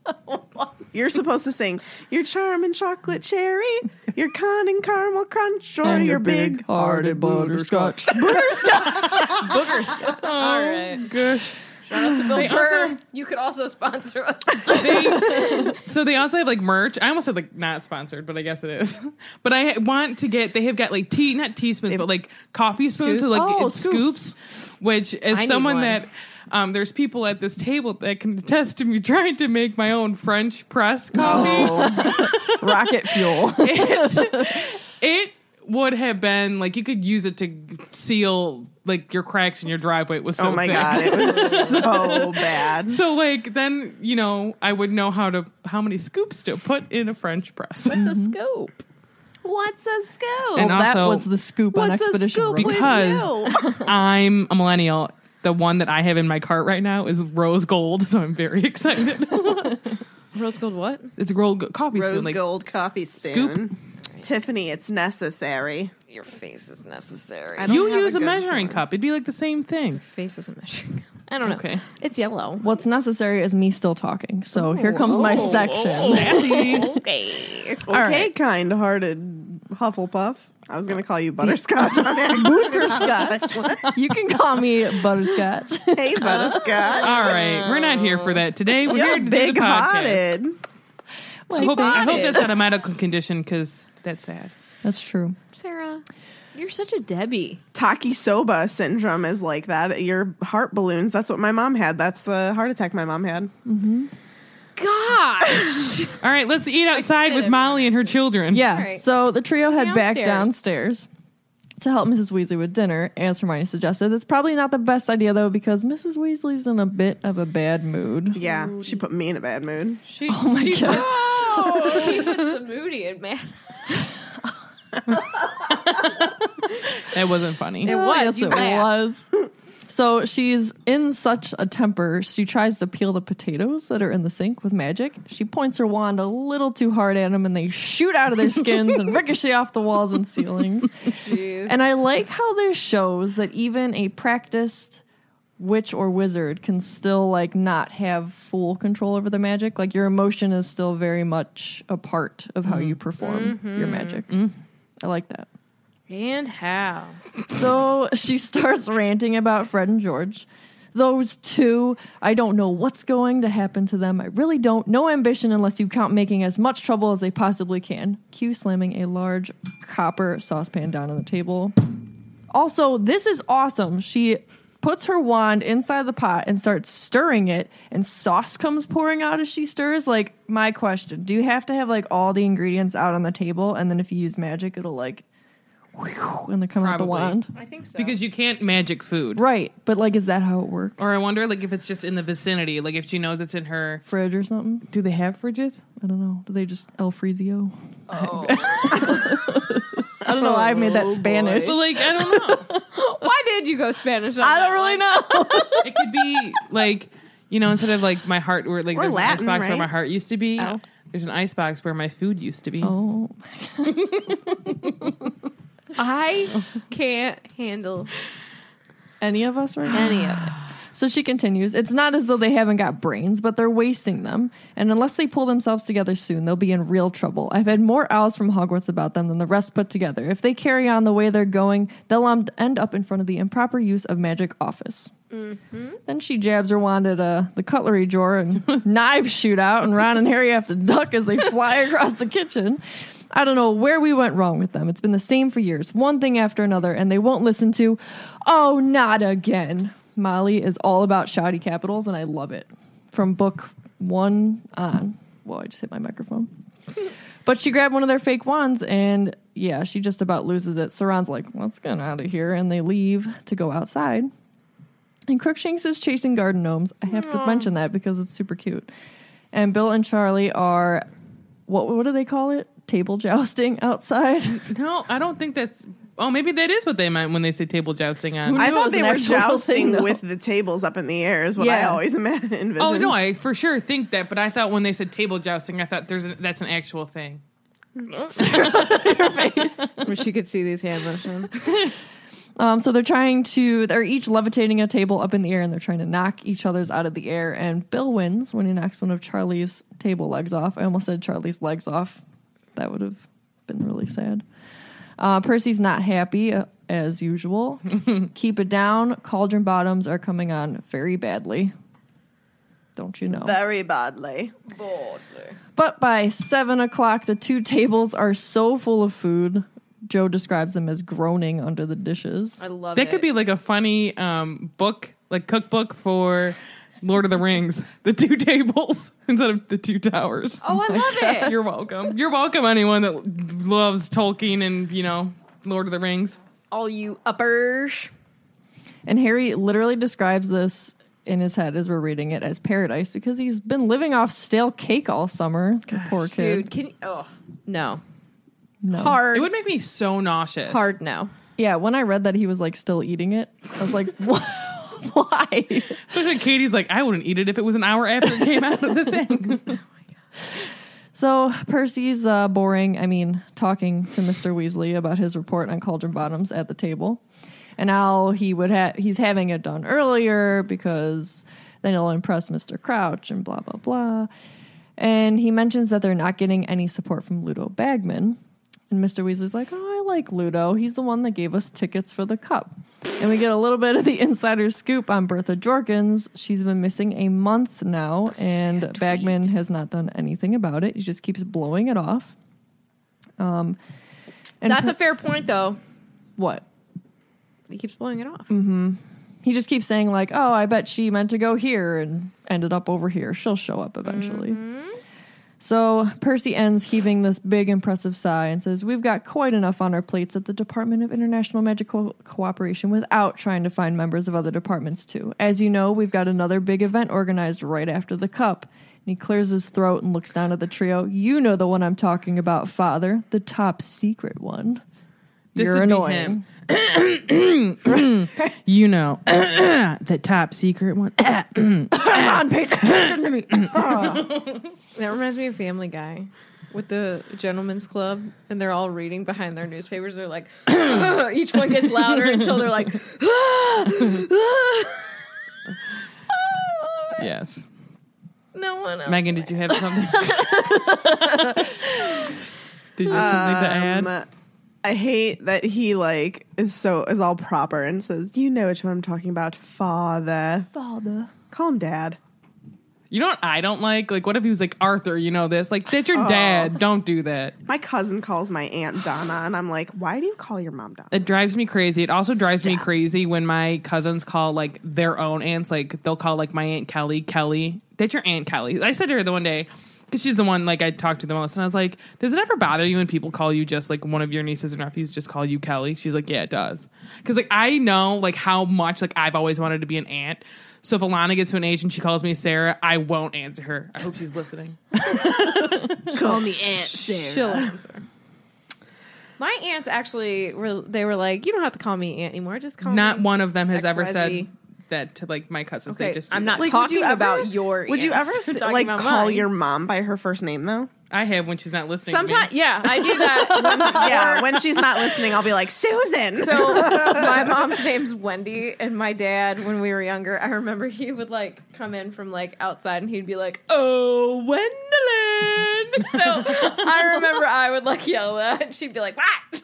S4: You're supposed to sing your charm and chocolate cherry, your con and caramel crunch, or your big.
S1: hearted butterscotch.
S6: boogers. All right,
S2: Oh, Gosh.
S6: shout out to Bill Burr.
S2: also-
S6: you could also sponsor us.
S2: So they also have like merch. I almost said like not sponsored, but I guess it is. But I want to get. They have got like tea, not teaspoons, but like coffee spoons. So like
S4: Oh,
S2: it scoops. Which as
S6: I need
S2: someone
S6: one.
S2: that um, there's people at this table that can attest to me trying to make my own French press coffee.
S1: Rocket fuel.
S2: It would have been like you could use it to seal like your cracks in your driveway. It was so
S4: Oh my
S2: thick.
S4: god, it was so bad.
S2: So like then you know I would know how to how many scoops to put in a French press.
S6: What's a scoop? What's a scoop?
S2: And
S1: that
S2: also-
S1: was the scoop on
S6: What's a
S1: Expedition
S6: scoop
S1: Roasters.
S6: with
S2: Because-
S6: you?
S2: I'm a millennial. The one that I have in my cart right now is rose gold, so I'm very excited.
S6: Rose gold, what?
S2: it's a gold coffee
S4: Rose
S2: spoon, like
S4: gold coffee spoon.
S2: Scoop.
S4: Tiffany, it's necessary.
S6: Your face is necessary.
S4: I don't
S2: you
S4: have
S2: use a
S4: good
S2: measuring
S4: one.
S2: cup. It'd be like the same thing.
S6: face isn't measuring. I don't know.
S2: Okay.
S6: It's yellow.
S1: What's necessary is me still talking. So here comes my section.
S6: okay.
S4: Okay, kind-hearted Hufflepuff. I was going to call you Butterscotch on accident.
S1: Butterscotch. you can call me Butterscotch.
S4: hey, Butterscotch.
S2: All right, we're not here for that today. We're here
S4: You're
S2: to do the podcast.
S4: big-hearted.
S2: I hope, I hope that's not a medical condition because that's sad.
S1: That's true.
S6: Sarah, you're such a Debbie.
S4: Takisoba syndrome is like that. Your heart balloons. That's what my mom had. That's the heart attack my mom had.
S6: Gosh.
S2: All right, let's eat outside with
S6: everywhere.
S2: Molly and her children.
S1: Yeah.
S6: Right.
S1: So the trio head back
S6: Downstairs.
S1: downstairs to help Mrs. Weasley with dinner, as Hermione suggested. That's probably not the best idea though, because Mrs. Weasley's in a bit of a bad mood.
S4: Yeah, she put me in a bad mood.
S2: She, oh my she,
S1: God.
S6: she puts the moody in, man.
S2: That wasn't funny.
S6: It
S1: Yes,
S6: was, you
S1: it
S6: laugh.
S1: was. So she's in such a temper. She tries to peel the potatoes that are in the sink with magic. She points her wand a little too hard at them, and they shoot out of their skins and ricochet off the walls and ceilings. And I like how this shows that even a practiced witch or wizard can still like not have full control over the magic. Like your emotion is still very much a part of how you perform your magic. I like that.
S6: And how?
S1: So she starts ranting about Fred and George. Those two, I don't know what's going to happen to them. I really don't. No ambition unless you count making as much trouble as they possibly can. Q slamming a large copper saucepan down on the table. Also, this is awesome. She puts her wand inside the pot and starts stirring it, and sauce comes pouring out as she stirs. Like, my question do you have to have like all the ingredients out on the table? And then if you use magic, it'll like, whew, and they come out the
S2: Probably.
S1: wand.
S6: I think so.
S2: Because you can't magic food.
S1: Right, but like, is that how it works?
S2: Or I wonder, like, if it's just in the vicinity, like if she knows it's in her.
S1: Fridge or something?
S2: Do they have fridges?
S1: I don't know. Do they just El Frizio? I don't know. I made that Spanish.
S2: But like, I don't know.
S6: Why did you go Spanish? On
S1: I don't really know.
S2: it could be like you know instead of like my heart where like
S4: Or
S2: there's
S4: Latin,
S2: an icebox where
S4: right?
S2: my heart used to be there's an icebox where my food used to be
S1: Oh,
S6: I can't handle
S1: any of us right now?
S6: any of it.
S1: So she continues. It's not as though they haven't got brains, but they're wasting them. And unless they pull themselves together soon, they'll be in real trouble. I've had more owls from Hogwarts about them than the rest put together. If they carry on the way they're going, they'll um, end up in front of the improper use of magic office. Then she jabs her wand at uh, the cutlery drawer and knives shoot out, and Ron and Harry have to duck as they fly across the kitchen. I don't know where we went wrong with them. It's been the same for years, one thing after another, and they won't listen to, oh, not again. Molly is all about shoddy capitals, and I love it. From book one on. Whoa, I just hit my microphone. But she grabbed one of their fake wands and yeah, she just about loses it. So Ron's like, let's get out of here. And they leave to go outside. And Crookshanks is chasing garden gnomes. I have to mention that because it's super cute. And Bill and Charlie are, what, what do they call it? Table jousting outside.
S2: no i don't think that's oh maybe that is what they meant when they say table jousting on
S1: knew
S4: I
S1: it
S4: thought
S1: was
S4: they
S1: an
S4: were
S1: actual thing,
S4: jousting
S1: though.
S4: with the tables up in the air. Is what I
S1: Yeah.
S4: always ima- envisioned.
S2: oh no i for sure think that but i thought when they said table jousting i thought there's a, that's an actual thing
S6: Wish you could see these hand motions.
S1: Um, so they're trying to, they're each levitating a table up in the air and they're trying to knock each other's out of the air. And Bill wins when he knocks one of Charlie's table legs off. I almost said Charlie's legs off. That would have been really sad. Uh, Percy's not happy uh, as usual. Keep it down. Cauldron bottoms are coming on very badly. Don't you know?
S4: very badly.
S6: Oh,
S1: But by seven o'clock, the two tables are so full of food. Joe describes them as groaning under the dishes.
S6: I love
S2: that could be like a funny um book like cookbook for lord of the rings the two tables instead of the two towers
S6: Oh, I love it.
S2: You're welcome. You're welcome, anyone that loves Tolkien and, you know, Lord of the Rings.
S6: All you uppers.
S1: And Harry literally describes this in his head as we're reading it as paradise because he's been living off stale cake all summer. The poor kid.
S6: Dude, can you? Oh, no.
S1: No.
S6: Hard.
S2: It would make me so nauseous.
S6: hard no.
S1: Yeah, when I read that he was like still eating it, I was like, what? Why?
S2: Especially Katie's like, I wouldn't eat it if it was an hour after it came out of the thing.
S1: So Percy's uh, boring, I mean, talking to Mr. Weasley about his report on Cauldron Bottoms at the table. and now he would have he's having it done earlier because then it'll impress Mr. Crouch and blah blah blah. And he mentions that they're not getting any support from Ludo Bagman. And Mr. Weasley's like, "Oh, I like Ludo. He's the one that gave us tickets for the cup." And we get a little bit of the insider scoop on Bertha Jorkins. She's been missing a month now, and Bagman has not done anything about it. He just keeps blowing it off. Um, and
S6: That's a fair point, though.
S1: what?
S6: He keeps blowing it off.
S1: he just keeps saying like, "Oh, I bet she meant to go here and ended up over here. She'll show up eventually."
S2: Mm-hmm.
S1: So Percy ends heaving this big impressive sigh and says, "We've got quite enough on our plates at the Department of International Magical Cooperation without trying to find members of other departments too. As you know, we've got another big event organized right after the cup." And he clears his throat and looks down at the trio. You know the one I'm talking about, Father, the top secret one.
S2: This
S1: You're
S2: would be
S1: annoying.
S2: him. you know, the top secret one.
S6: That reminds me of Family Guy with the Gentlemen's Club, and they're all reading behind their newspapers. They're like, each one gets louder until they're like,
S2: yes.
S6: no one else.
S2: Megan, did you have something? did you have something to add?
S4: Um, I hate that he like is so is all proper and says, "You know which one I'm talking about, father."
S1: Father.
S4: Call him dad.
S2: You know what I don't like? Like, what if he was like, Arthur, you know this? Like, that's your dad. Don't do that.
S4: My cousin calls my aunt Donna, and I'm like, "Why do you call your mom Donna?"
S2: It drives me crazy. It also drives me crazy when my cousins call like their own aunts, like they'll call like my aunt Kelly, Kelly. That's your aunt Kelly. I said to her the one day because she's the one like I talked to the most, and I was like, "Does it ever bother you when people call you just like one of your nieces or nephews just call you Kelly?" She's like, "Yeah, it does," because like I know like how much like I've always wanted to be an aunt. So if Alana gets to an age and she calls me Sarah, I won't answer her. I hope she's listening.
S4: Call me aunt Sarah.
S6: She'll answer. My aunts actually were. They were like, you don't have to call me aunt anymore. Just call
S2: Not
S6: me.
S2: one of them has ever
S6: XYZ.
S2: said that to like my cousins.
S6: Okay,
S2: they just do
S6: I'm
S2: that.
S6: not
S4: Like, would you
S6: talking
S4: ever-
S6: about your.
S4: Would you
S6: aunts.
S4: ever
S6: I'm talking
S4: like
S6: about
S4: call
S6: mine.
S4: your mom by her first name though?
S2: I have when she's not listening. to me.
S6: Sometimes, yeah, I do that.
S4: yeah, when she's not listening, I'll be like, "Susan."
S6: So my mom's name's Wendy, and my dad, when we were younger, I remember he would like come in from like outside, and he'd be like, "Oh, Wendelin." So I remember I would like yell that, and she'd be like, "What?"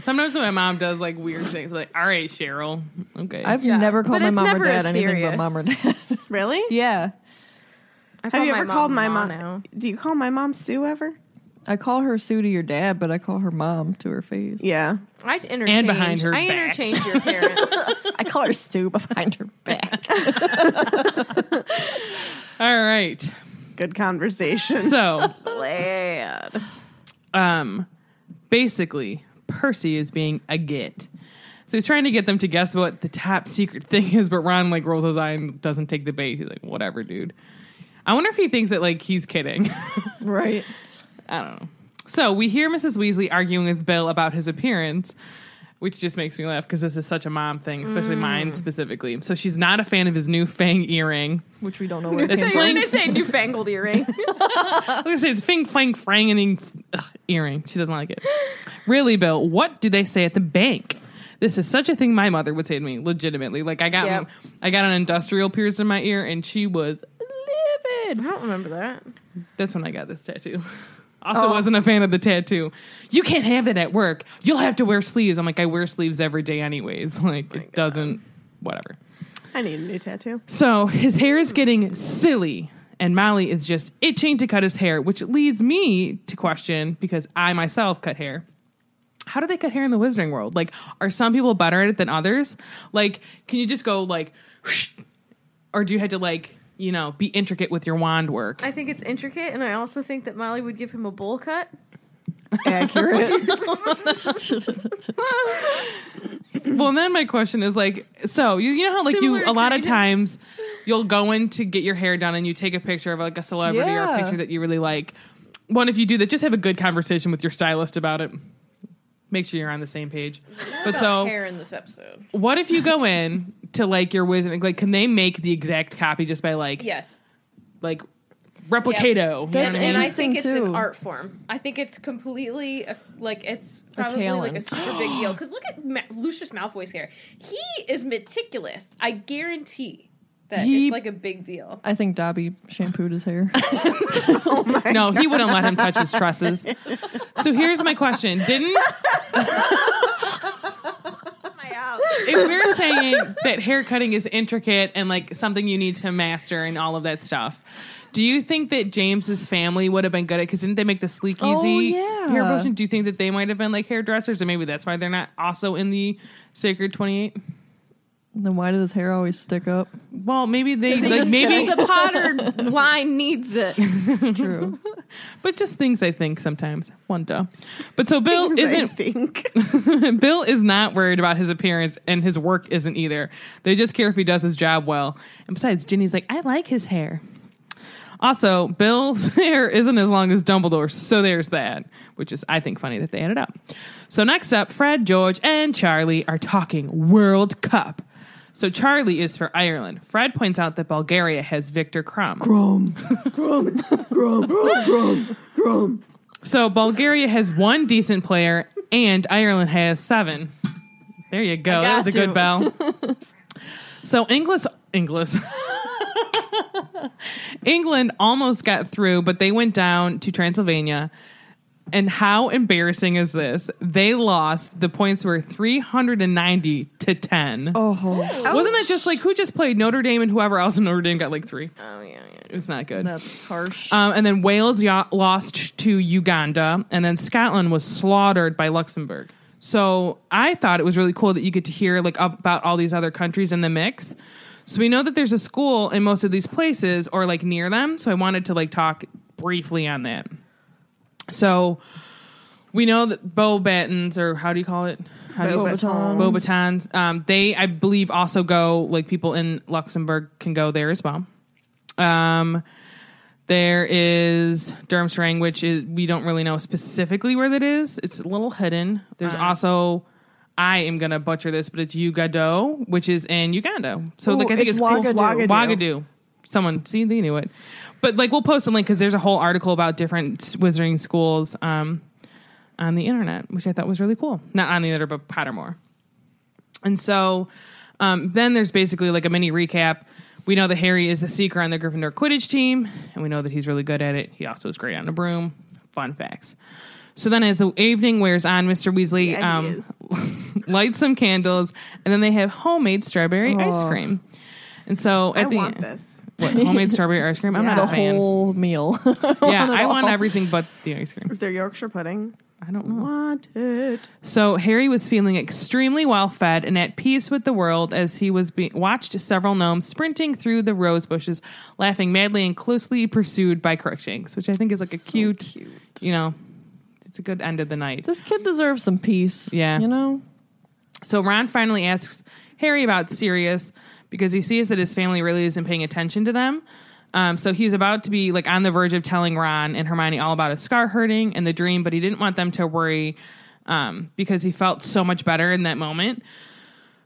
S2: Sometimes when my mom does like weird things, like, all right, Cheryl, okay.
S1: I've
S6: Yeah.
S1: never
S6: But
S1: called my
S6: it's
S1: mom or
S6: never
S1: dad anything but
S6: serious.
S1: mom or dad.
S4: really?
S1: yeah.
S4: Have you ever called my mom? Do you call my mom Sue ever?
S1: I call her Sue to your dad, but I call her mom to her face.
S4: Yeah.
S6: I interchange.
S2: And behind her
S6: I
S2: back.
S6: interchange your parents.
S1: I call her Sue behind her back.
S2: all right.
S4: Good conversation.
S2: So,
S6: Glad.
S2: um, basically, Percy is being a git. So he's trying to get them to guess what the top secret thing is, but Ron like rolls his eye and doesn't take the bait. He's like, whatever, dude. I wonder if he thinks that like he's kidding.
S1: right.
S2: I don't know. So we hear Mrs. Weasley arguing with Bill about his appearance, which just makes me laugh because this is such a mom thing, especially mine specifically. So she's not a fan of his new fang earring.
S1: Which we don't know where it
S2: It's
S1: came
S6: So you're
S2: fling-
S1: from.
S6: gonna say newfangled earring?
S2: I was gonna say it's fing flang frangening ugh, earring. She doesn't like it. Really, Bill, what do they say at the bank? This is such a thing my mother would say to me, legitimately. Like I got
S6: Yep.
S2: I got an industrial pierced in my ear and she was
S6: I don't remember that.
S2: That's when I got this tattoo. Also, wasn't a fan of the tattoo. You can't have that at work. You'll have to wear sleeves. I'm like, I wear sleeves every day, anyways. Like, it doesn't, whatever.
S4: I need a new tattoo.
S2: So, his hair is getting silly, and Molly is just itching to cut his hair, which leads me to question because I myself cut hair. How do they cut hair in the wizarding world? Like, are some people better at it than others? Like, can you just go, like, whoosh, or do you have to, like, you know, be intricate with your wand work?
S6: I think it's intricate, and I also think that Molly would give him a bowl cut.
S1: Accurate.
S2: Well, and then my question is like, so you, you know how like you
S6: Similar
S2: a lot of
S6: creatives.
S2: times you'll go in to get your hair done and you take a picture of like a celebrity or a
S1: Yeah.
S2: picture that you really like. One, if you do that, just have a good conversation with your stylist about it. Make sure you're on the same page. But so,
S6: hair in this episode.
S2: what if you go in to like your wizard? Like, can they make the exact copy just by like
S6: Yes.
S2: like replicato.
S1: That's
S2: you know what I mean?
S7: and I
S1: Interesting,
S7: think it's
S1: too.
S7: an art form. I think it's completely uh, like it's probably like a
S1: talent.
S7: super big deal. Because look at Ma- Lucius Malfoy's hair; he is meticulous. I guarantee that
S2: He-
S7: it's like a big deal.
S1: I think Dobby shampooed his hair.
S2: no, he wouldn't let him touch his tresses. So here's my question: Didn't if we're saying that hair cutting is intricate and like something you need to master and all of that stuff, do you think that James's family would have been good at? Because didn't they make the sleek easy
S1: Oh, yeah.
S2: hair version? Do you think that they might have been like hairdressers, and maybe that's why they're not also in the Sacred Twenty Eight?
S1: then why did his hair always stick up?
S2: Well, maybe they,
S7: They
S2: like
S7: just-
S2: maybe,
S7: the Potter line needs it.
S1: True.
S2: but just things I think sometimes wonder. But so Bill
S4: I
S2: isn't
S4: think.
S2: Bill is not worried about his appearance, and his work isn't either. They just care if he does his job well. And besides, Ginny's like, I like his hair. Also, Bill's hair isn't as long as Dumbledore's, so there's that, which is, I think, funny that they ended up. So, next up, Fred, George, and Charlie are talking World Cup. So, Charlie is for Ireland. Fred points out that Bulgaria has Victor Crumb. So Bulgaria has one decent player, and Ireland has seven. There you go. That was a good bell. so English, English, England almost got through, but they went down to Transylvania. And how embarrassing is this? They lost. The points were 390 to 10.
S1: Oh,
S2: Wasn't that just like who just played Notre Dame and whoever else in Notre Dame got like three?
S6: Oh yeah, yeah.
S2: It was not good.
S1: that's harsh.
S2: Um, and then Wales ya- lost to Uganda, and then Scotland was slaughtered by Luxembourg. So I thought it was really cool that you get to hear like up- about all these other countries in the mix. So we know that there's a school in most of these places or like near them. So I wanted to like talk briefly on that. So we know that Bobatons or how do you call it? How do you say-
S4: Beauxbatons.
S2: Beauxbatons. Um, they, I believe, also go like people in Luxembourg can go there as well. Um, there is Durmstrang, which is we don't really know specifically where that is. It's a little hidden. There's also I am gonna butcher this, but it's Ugado, which is in Uganda. So like I think
S1: it's
S2: it's, cool-
S1: Ouagadougou.
S2: Ouagadougou. Someone see they knew it, but like we'll post a link because there's a whole article about different wizarding schools um, on the internet, which I thought was really cool. Not on the internet, but Pottermore. And so um, then there's basically like a mini recap. We know that Harry is the seeker on the Gryffindor Quidditch team, and we know that he's really good at it. He also is great on a broom. Fun facts. So then, as the evening wears on, Mr. Weasley
S4: Yeah, he
S2: um, lights some candles, and then they have homemade strawberry ice cream. And so
S4: Oh. I
S2: at the
S4: want this.
S2: What, homemade strawberry ice cream, I'm
S4: Yeah.
S2: not a
S4: The
S2: fan.
S1: Whole meal.
S2: yeah, I want everything but the ice cream.
S4: Is there Yorkshire pudding?
S2: I don't
S4: Hmm.
S2: know.
S4: Want it.
S2: So Harry was feeling extremely well fed and at peace with the world as he was be- watched several gnomes sprinting through the rose bushes, laughing madly and closely pursued by Crookshanks, which I think is like a cute, you know, it's a good end of the night.
S1: This kid deserves some peace.
S2: Yeah.
S1: You know?
S2: So Ron finally asks Harry about Sirius because he sees that his family really isn't paying attention to them. Um, so he's about to be like on the verge of telling Ron and Hermione all about his scar hurting and the dream, but he didn't want them to worry um, because he felt so much better in that moment.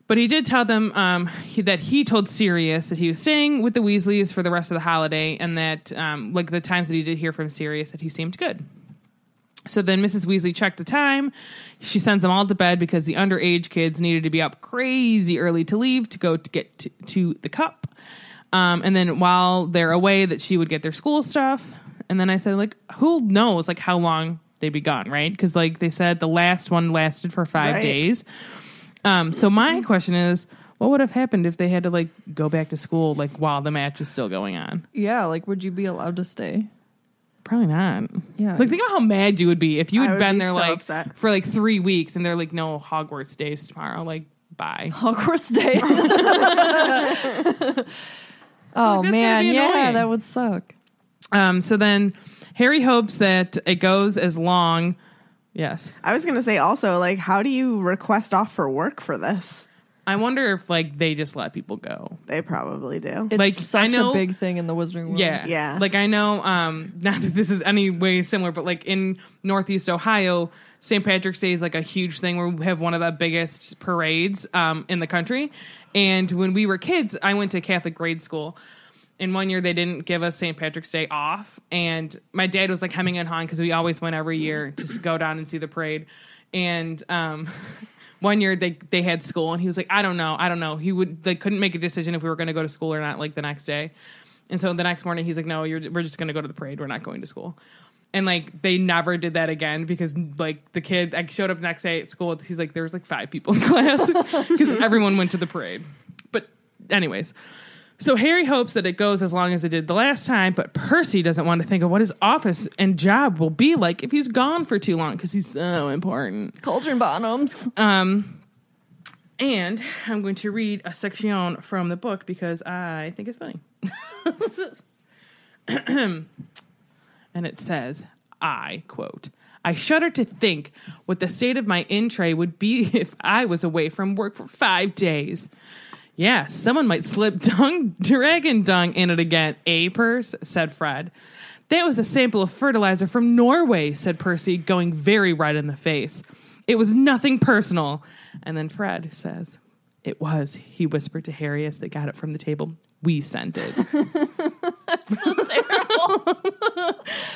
S2: But he did tell them um, he, that he told Sirius that he was staying with the Weasleys for the rest of the holiday, and that um, like the times that he did hear from Sirius, that he seemed good. So then Mrs. Weasley checked the time. She sends them all to bed because the underage kids needed to be up crazy early to leave to go to get to, to the cup. Um, and then while they're away, that she would get their school stuff. And then I said, like, who knows, like, how long they'd be gone, right? Because, like, they said the last one lasted for five
S4: Right.
S2: days. Um, so my question is, what would have happened if they had to, like, go back to school, like, while the match was still going on?
S1: Yeah, like would you be allowed to stay?
S2: Probably not.
S1: Yeah.
S2: Like think about how mad you would be if you
S4: I
S2: had
S4: would
S2: been
S4: be
S2: there
S4: so
S2: like
S4: upset.
S2: for like three weeks and they're like, no Hogwarts days tomorrow. Like bye.
S1: Hogwarts Day. oh
S2: be
S1: man, yeah,
S2: annoying.
S1: that would suck.
S2: Um. So then Harry hopes that it goes as long. Yes.
S4: I was gonna say also, like, how do you request off for work for this?
S2: I wonder if like they just let people go.
S4: They probably do.
S1: It's
S2: Like,
S1: such
S2: I know-
S1: a big thing in the wizarding world.
S2: Yeah.
S4: Yeah.
S2: Like I know, um, not that this is any way similar, but like in Northeast Ohio, St. Patrick's Day is like a huge thing where we have one of the biggest parades um, in the country. And when we were kids, I went to Catholic grade school. And one year they didn't give us St. Patrick's Day off. And my dad was like hemming and hawing because we always went every year just to go down and see the parade. And um, one year they, they had school and he was like, I don't know. I don't know. He would, they couldn't make a decision if we were going to go to school or not like the next day. And so the next morning he's like, no, you're, we're just going to go to the parade. We're not going to school. And like they never did that again because like the kid I showed up next day at school. He's like there was like five people in class because everyone went to the parade. But anyways, so Harry hopes that it goes as long as it did the last time. But Percy doesn't want to think of what his office and job will be like if he's gone for too long because he's so important.
S1: Culture bottoms.
S2: And I'm going to read a section from the book because I think it's funny. and it says, I quote, I shudder to think what the state of my in tray would be if I was away from work for five days. Yeah, someone might slip dung, dragon dung in it again, eh, Perce? said Fred. That was a sample of fertilizer from Norway, said Percy, going very red in the face. It was nothing personal. And then Fred says, It was, he whispered to Harry as they got it from the table. We sent it.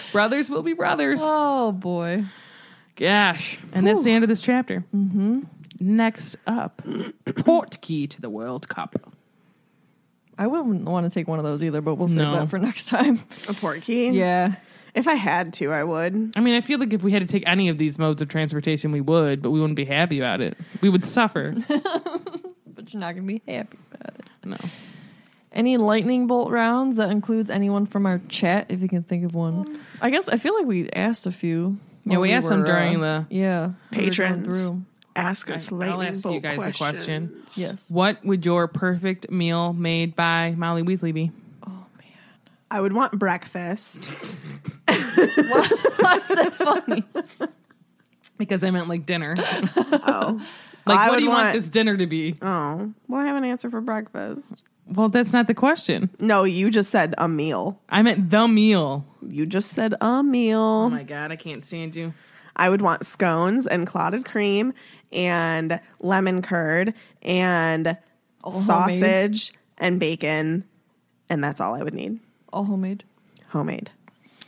S2: brothers will be brothers.
S1: Oh boy.
S2: Gosh. And that's the end of this chapter. Mm-hmm. Next up, port key to the World Cup.
S1: I wouldn't want to take one of those either, but we'll save
S2: No.
S1: that for next time.
S4: A porky.
S1: Yeah.
S4: If I had to, I would.
S2: I mean, I feel like if we had to take any of these modes of transportation, we would, but we wouldn't be happy about it. We would suffer.
S1: But you're not gonna be happy about it.
S2: no.
S1: Any lightning bolt rounds that includes anyone from our chat, if you can think of one. I guess I feel like we asked a few.
S2: Yeah,
S1: when
S2: we asked them
S1: were,
S2: during
S1: uh,
S2: the-
S1: yeah when we were going
S4: Patrons.
S1: through.
S4: Ask us later.
S2: I'll ask you guys a question.
S1: Yes.
S2: What would your perfect meal made by Molly Weasley be?
S4: I would want breakfast.
S1: Why is that funny?
S2: Because I meant like dinner. like,
S4: Oh. I
S2: what
S4: would
S2: do you want,
S4: want-
S2: this dinner to be?
S4: oh. Well, I have an answer for breakfast.
S2: Well, that's not the question.
S4: No, you just said a meal.
S2: I meant the meal.
S4: You just said a meal.
S2: Oh my God, I can't stand you.
S4: I would want scones and clotted cream and lemon curd and
S1: homemade.
S4: sausage and bacon. And that's all I would need.
S1: All homemade.
S4: Homemade.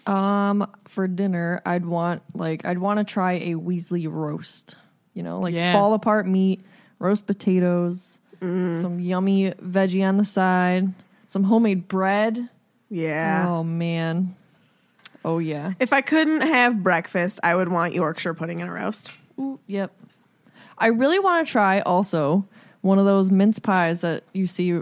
S1: Um, for dinner, I'd want like I'd want to try a Weasley roast. You know, like
S2: Yeah.
S1: fall apart meat, roast potatoes,
S4: Mm-hmm.
S1: some yummy veggie on the side, some homemade bread.
S4: Yeah.
S1: Oh man. Oh yeah.
S4: If I couldn't have breakfast, I would want Yorkshire pudding and a roast.
S1: Ooh, yep. I really want to try also one of those mince pies that you see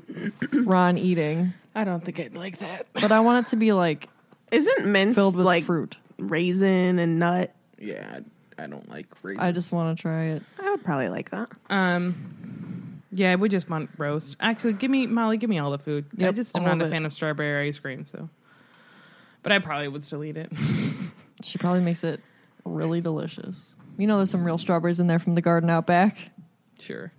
S1: Ron eating,
S2: I don't think I'd like that.
S1: but I want it to be like
S4: Isn't mince
S1: filled with
S4: like
S1: fruit.
S4: raisin and nut?
S2: Yeah, I don't like
S1: I just want to try it.
S4: I would probably like that.
S2: um, yeah, we just want roast. Actually, give me Molly, give me all the food. I
S1: Yep,
S2: just am
S1: all
S2: not
S1: of
S2: a
S1: it.
S2: fan of strawberry ice cream, so. But I probably would still eat it.
S1: She probably makes it really delicious. You know, there's some real strawberries in there from the garden out back.
S2: sure.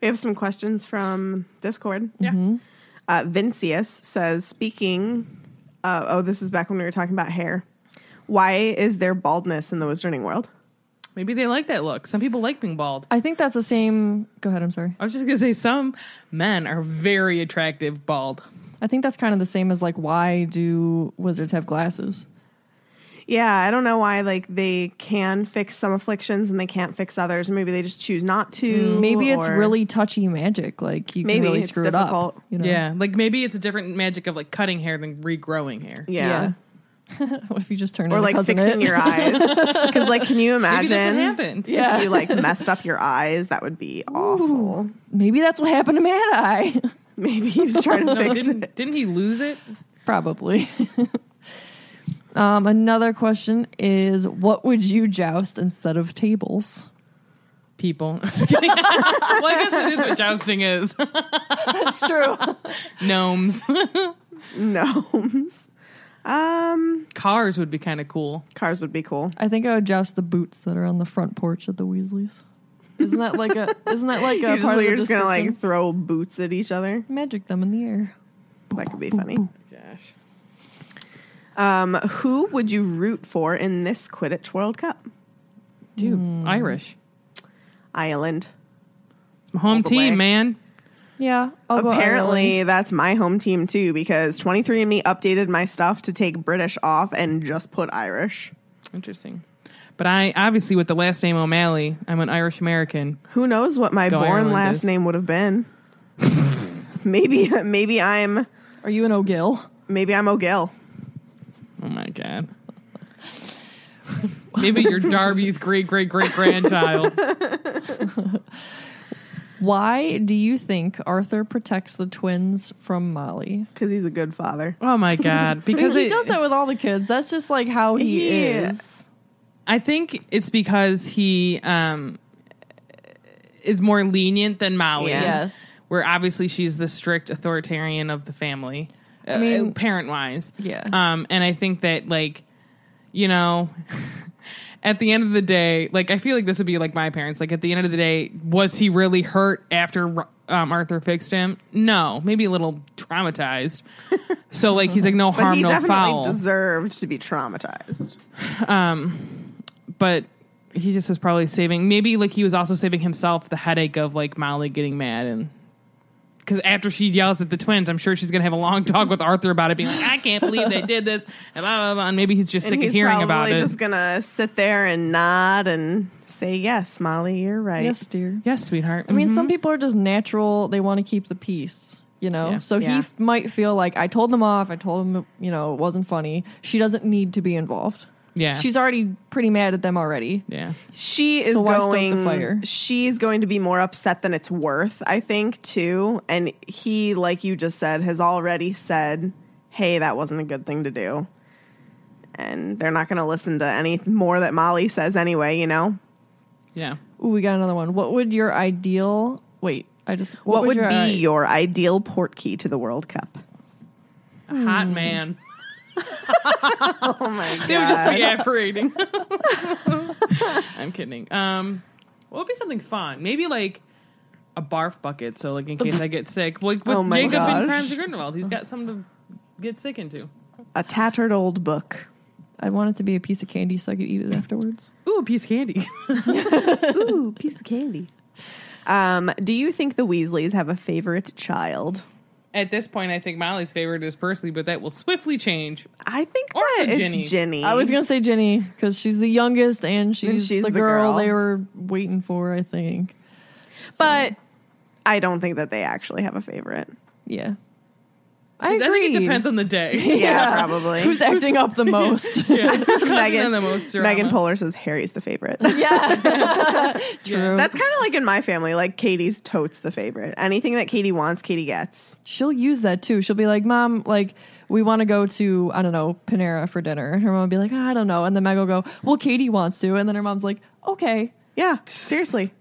S4: We have some questions from Discord.
S2: Yeah.
S4: Uh, Vincius says, speaking, uh, oh, this is back when we were talking about hair. Why is there baldness in the Wizarding World?
S2: Maybe they like that look. Some people like being bald.
S1: I think that's the same. Go ahead. I'm sorry.
S2: I was just gonna say some men are very attractive bald.
S1: I think that's kind of the same as like why do wizards have glasses?
S4: Yeah, I don't know why. Like they can fix some afflictions and they can't fix others. Maybe they just choose not to.
S1: Maybe it's
S4: or-
S1: really touchy magic. Like you
S4: Maybe
S1: can really
S4: it's
S1: screw it
S4: difficult.
S1: up. You know?
S2: like maybe it's a different magic of like cutting hair than regrowing hair.
S4: yeah.
S1: Yeah. what if you just turn
S4: or
S1: into
S4: like
S1: Cousin
S4: fixing
S1: It?
S4: your eyes. Because like, can you
S2: Maybe that's
S4: imagine?
S2: what happened.
S1: Yeah.
S4: If you like messed up your eyes, that would be awful.
S1: Maybe that's what happened to Mad Eye.
S4: Maybe he was trying to fix it.
S2: Didn't, didn't he lose it?
S1: Probably. um, another question is what would you joust instead of tables?
S2: People. Just kidding. well, I guess it is what jousting is.
S1: That's true.
S2: Gnomes.
S4: Gnomes. Um,
S2: Cars would be kind of cool.
S4: cars would be cool.
S1: I think I would joust the boots that are on the front porch of the Weasleys. Isn't that like a isn't that like a
S4: You're just,
S1: part of
S4: you're
S1: the
S4: just gonna
S1: description?
S4: like throw boots at each other.
S1: magic them in the air?
S4: That could be funny.
S2: Gosh.
S4: Oh, Um, who would you root for in this Quidditch World Cup?
S2: Dude, Irish.
S4: Ireland.
S2: It's my home
S4: the way.
S2: team, man.
S1: Yeah. I'll go Ireland.
S4: Apparently, that's my home team too because 23andMe updated my stuff to take British off and just put Irish.
S2: Interesting. But I obviously with the last name O'Malley, I'm an Irish American.
S4: Who knows what my
S2: Go
S4: born
S2: Ireland
S4: last
S2: is.
S4: name would have been? maybe, maybe I'm,
S1: Are you an O'Gill?
S4: maybe I'm O'Gill.
S2: Oh my god. Maybe you're Darby's great great great grandchild.
S1: Why do you think Arthur protects the twins from Molly?
S4: Because he's a good father.
S2: Oh my god. Because
S1: he
S2: it-
S1: does that with all the kids. That's just like how he
S4: Yeah.
S1: is.
S2: I think it's because he um is more lenient than Molly.
S4: Yeah.
S1: Yes.
S2: Where obviously she's the strict authoritarian of the family. I
S1: mean-
S2: parent wise.
S1: Yeah.
S2: Um and I think that like you know at the end of the day, like I feel like this would be like my parents. Like at the end of the day, was he really hurt after um, Arthur fixed him? No, maybe a little traumatized. so like he's like no
S4: But
S2: harm,
S4: he
S2: no
S4: definitely
S2: foul.
S4: deserved to be traumatized.
S2: but he just was probably saving. Maybe like he was also saving himself the headache of like Molly getting mad and. Because after she yells at the twins, I'm sure she's gonna have a long talk with Arthur about it, being like, "I can't believe they did this," and blah blah blah. And maybe he's just
S4: and
S2: sick of
S4: he's
S2: hearing
S4: probably
S2: about it.
S4: just gonna sit there and nod and say, "Yes, Molly, you're right."
S1: Yes, dear.
S2: yes, sweetheart. Mm-hmm.
S1: I mean, some people are just natural. They want to keep the peace, you know?
S2: Yeah.
S1: So he
S4: Yeah.
S1: f- might feel like, I told them off. I told him, you know, it wasn't funny. She doesn't need to be involved.
S2: yeah,
S1: She's already pretty mad at them already.
S2: yeah.
S4: She is
S1: So why stoke the
S4: going.
S1: fire?
S4: She's going to be more upset than it's worth, I think, too. And he, like you just said, has already said, "Hey, that wasn't a good thing to do." And they're not going to listen to any more that Molly says anyway. You know,
S2: Yeah.
S1: Ooh, we got another one. What would your ideal. Wait, I just.
S4: what, would,
S1: your
S4: be
S1: i-
S4: your ideal port key to the World Cup?
S2: A hot man.
S4: Oh my god!
S2: They would just be operating. I'm kidding. Um, what would be something fun? Maybe like a barf bucket. So like in case I get sick, like with
S4: Oh my
S2: Jacob and
S4: gosh.
S2: Crimes of Grindelwald, he's got something to get sick into.
S4: a tattered old book.
S1: I want it to be a piece of candy so I could eat it afterwards.
S2: Ooh, a piece of candy.
S4: Ooh, piece of candy. Um, do you think the Weasleys have a favorite child?
S2: At this point, I think Molly's favorite is Percy, but that will swiftly change.
S4: I think
S2: Or
S4: that
S2: is it
S4: it's
S2: Ginny?
S4: Ginny.
S1: I was gonna say Jenny because she's the youngest and she's,
S4: she's
S1: the,
S4: the
S1: girl,
S4: girl.
S1: they were waiting for. I think.
S4: but I don't think that they actually have a favorite.
S1: Yeah, I
S2: I
S1: agree.
S2: think it depends on the day.
S4: Yeah, probably.
S1: who's acting up the most. yeah,
S2: Megan, the
S4: Megan,
S2: most drama.
S4: Megan Poehler says Harry's the favorite.
S1: true.
S4: That's kind of like in my family, like Katie's totes the favorite. Anything that Katie wants, Katie gets.
S1: She'll use that too. She'll be like, "Mom, like we want to go to I don't know Panera for dinner," and her mom will be like, "I don't know," and then Meg will go, "Well, Katie wants to," and then her mom's like, "Okay."
S4: Yeah, seriously.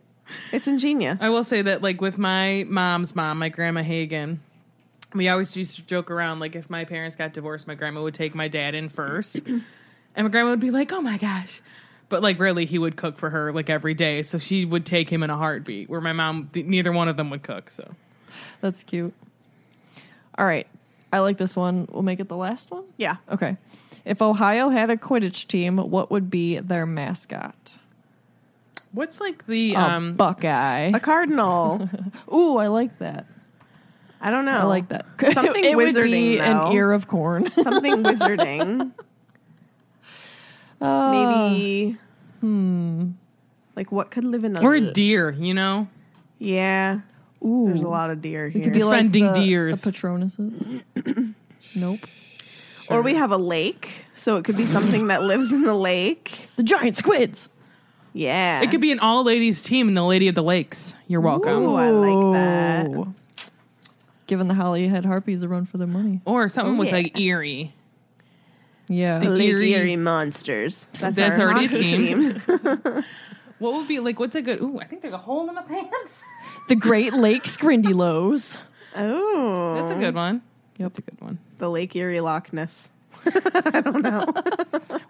S4: It's ingenious.
S2: I will say that, like with my mom's mom, my grandma Hagen, we always used to joke around. Like if my parents got divorced, my grandma would take my dad in first, and my grandma would be like, "Oh my gosh." But like really, he would cook for her like every day, so she would take him in a heartbeat. Where my mom, th- neither one of them would cook. So
S1: That's cute. All right, I like this one. We'll make it the last one.
S4: yeah.
S1: Okay. If Ohio had a Quidditch team, what would be their mascot?
S2: what's like the
S4: Oh,
S1: A
S2: um
S1: Buckeye.
S4: A cardinal.
S1: Ooh, I like that.
S4: I don't know.
S1: I like that.
S4: Oh, Something
S1: it would be
S4: wizarding,
S1: an
S4: though.
S1: ear of corn.
S4: Something wizarding. Maybe. Hmm. Like what could live in a
S2: Uh, or a deer? You know,
S4: Yeah.
S1: Ooh,
S4: There's a lot of deer
S1: it
S4: here.
S1: could be like the,
S2: Defending deers.
S1: the Patronuses. nope.
S4: Or we have a lake, so it could be something that lives in the lake.
S1: The giant squids.
S4: Yeah.
S2: it could be an all ladies team and the Lady of the Lakes. You're welcome.
S4: Ooh, I like that.
S1: Ooh. Giving the Holly head harpies a run for their money.
S2: Or something
S4: Oh,
S2: with
S4: yeah.
S2: like eerie.
S1: Yeah.
S4: Lake
S2: Eerie.
S4: Erie, Monsters. That's,
S2: That's
S4: our
S2: already a
S4: hockey
S2: team. What would be like? What's a good? Ooh, I think there's a hole in my pants.
S1: the Great Lakes Grindylows.
S4: oh.
S2: That's a good one.
S1: Yep.
S2: That's a good one.
S4: The Lake Erie Loch Ness.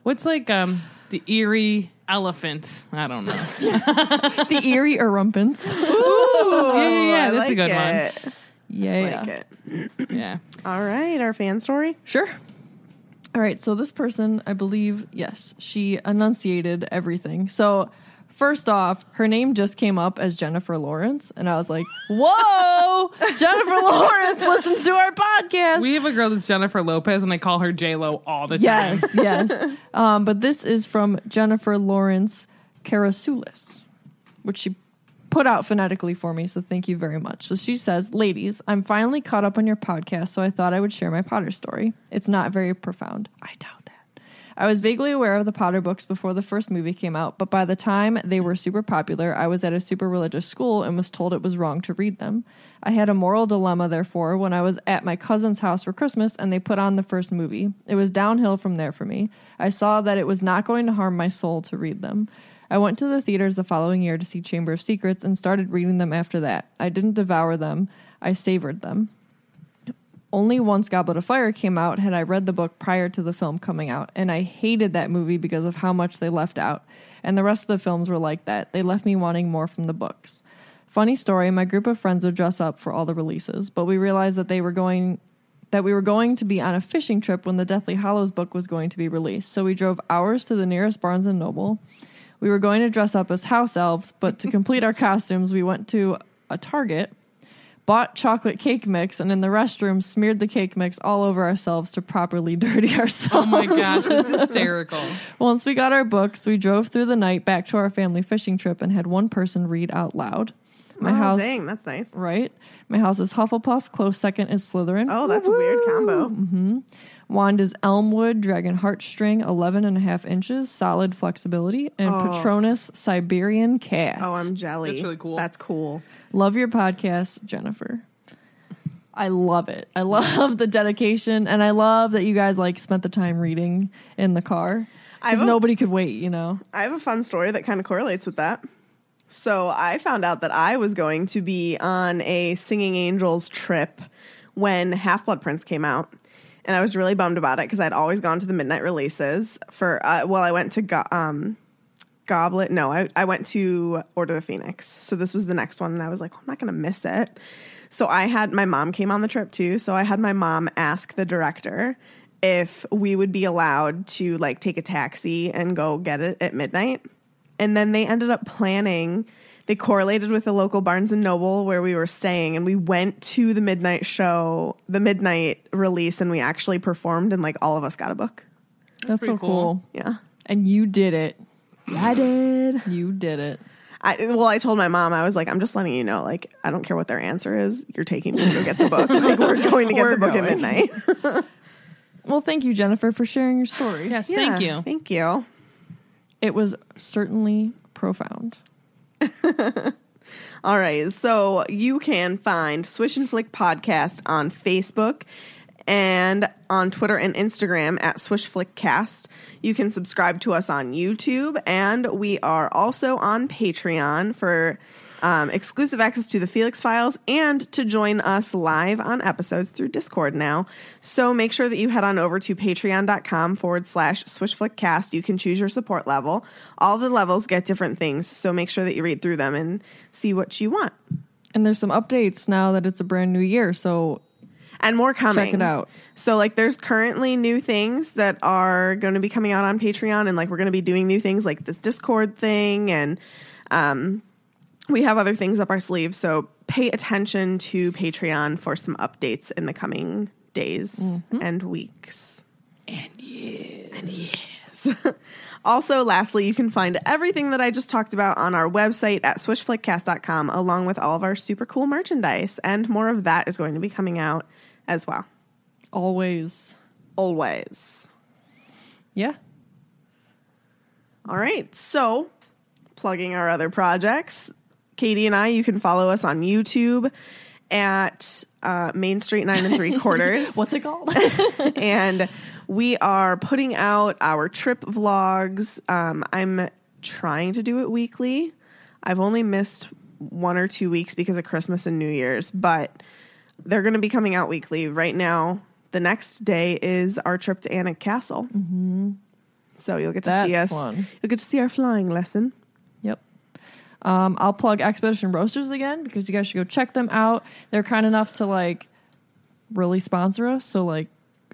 S2: What's like um the eerie elephant? I don't know.
S1: the Erie Erumpins.
S2: yeah, yeah, yeah,
S4: I
S2: that's a
S4: like
S2: good
S4: it.
S1: Yeah.
S4: Like it.
S2: one. Yeah.
S4: All right, our fan story.
S1: Sure. All right. So this person, I believe, yes, she enunciated everything. So First off, her name just came up as Jennifer Lawrence, and I was like, "Whoa, Jennifer Lawrence listens to our podcast."
S2: We have a girl that's Jennifer Lopez, and I call her J Lo all the time.
S1: yes, yes. Um, but this is from Jennifer Lawrence Carasulis, which she put out phonetically for me. So thank you very much. So she says, "Ladies, I'm finally caught up on your podcast, so I thought I would share my Potter story. It's not very profound. I doubt that." I was vaguely aware of the Potter books before the first movie came out, but by the time they were super popular, I was at a super religious school and was told it was wrong to read them. I had a moral dilemma, therefore, when I was at my cousin's house for Christmas and they put on the first movie. It was downhill from there for me. I saw that it was not going to harm my soul to read them. I went to the theaters the following year to see Chamber of Secrets and started reading them after that. I didn't devour them, I savored them. Only once Goblet of Fire came out had I read the book prior to the film coming out, and I hated that movie because of how much they left out. And the rest of the films were like that. They left me wanting more from the books. Funny story, my group of friends would dress up for all the releases, but we realized that they were going that we were going to be on a fishing trip when the Deathly Hollows book was going to be released. So we drove hours to the nearest Barnes and Noble. We were going to dress up as house elves, but to complete our costumes, we went to a Target bought chocolate cake mix and in the restroom smeared the cake mix all over ourselves to properly dirty
S2: Oh
S1: ourselves.
S2: my gosh, it's hysterical.
S1: Once we got our books, we drove through the night back to our family fishing trip and had one person read out loud. My
S4: oh,
S1: house,
S4: dang, that's nice.
S1: right? My house is Hufflepuff. Close second is Slytherin.
S4: Oh, that's a weird combo.
S1: Wand is Elmwood, Dragon Heartstring, 11 and a half inches, solid flexibility, and Patronus Siberian Cat.
S4: Oh, I'm jelly.
S2: That's really cool.
S4: That's cool.
S1: Love your podcast, Jennifer. I love it. I love the dedication, and I love that you guys like spent the time reading in the car
S4: I've
S1: because
S4: a-
S1: nobody could wait. You know,
S4: I have a fun story that kind of correlates with that. So I found out that I was going to be on a Singing Angels trip when Half Blood Prince came out. And I was really bummed about it because I'd always gone to the midnight releases for, uh, well, I went to Go- um, Goblet. No, I, I went to Order of the Phoenix. So this was the next one. And I was like, "Oh, I'm not going to miss it. So I had my mom came on the trip too. So I had my mom ask the director if we would be allowed to like take a taxi and go get it at midnight. And then they ended up planning. They correlated with the local Barnes and Noble where we were staying, and we went to the midnight show, the midnight release, and we actually performed, and like all of us got a book.
S1: that's so
S2: pretty
S1: cool.
S2: cool.
S4: Yeah,
S1: And you did it.
S4: I did.
S1: You did it.
S4: I, well, I told my mom, I was like, I'm just letting you know, like, I don't care what their answer is. You're taking me to go get the book. Like, we're going to get
S1: We're
S4: the book
S1: going.
S4: at midnight.
S1: Well, thank you, Jennifer, for sharing your story.
S2: Yes, thank
S4: Yeah,
S2: you.
S4: Thank you.
S1: It was certainly profound.
S4: All right. So you can find Swish and Flick Podcast on Facebook and on Twitter and Instagram at Swish Flick Cast. You can subscribe to us on YouTube, and we are also on Patreon for um, exclusive access to the Felix files and to join us live on episodes through Discord now. So make sure that you head on over to patreon.com forward slash swishflickcast. You can choose your support level. All the levels get different things, so make sure that you read through them and see what you want.
S1: And there's some updates now that it's a brand new year. So
S4: And more coming.
S1: Check it out.
S4: So, like, there's currently new things that are going to be coming out on Patreon, and like, we're going to be doing new things like this Discord thing, and um, we have other things up our sleeve. So, pay attention to Patreon for some updates in the coming days
S1: Mm-hmm.
S4: and weeks. And yes. also, lastly, you can find everything that I just talked about on our website at swishflickcast.com, along with all of our super cool merchandise. And more of that is going to be coming out as well
S1: always,
S4: always.
S1: yeah.
S4: All right. So, plugging our other projects, Katie and I, you can follow us on YouTube at uh, Main Street Nine and Three Quarters.
S1: What's it called?
S4: and we are putting out our trip vlogs. Um, I'm trying to do it weekly. I've only missed one or two weeks because of Christmas and New Year's, but they're going to be coming out weekly. Right now, the next day is our trip to Annick Castle. Mm-hmm. So you'll get to see us.
S1: That's fun.
S4: You'll get to see our flying lesson.
S1: Yep. Um, I'll plug Expedition Roasters again because you guys should go check them out. They're kind enough to like really sponsor us. So like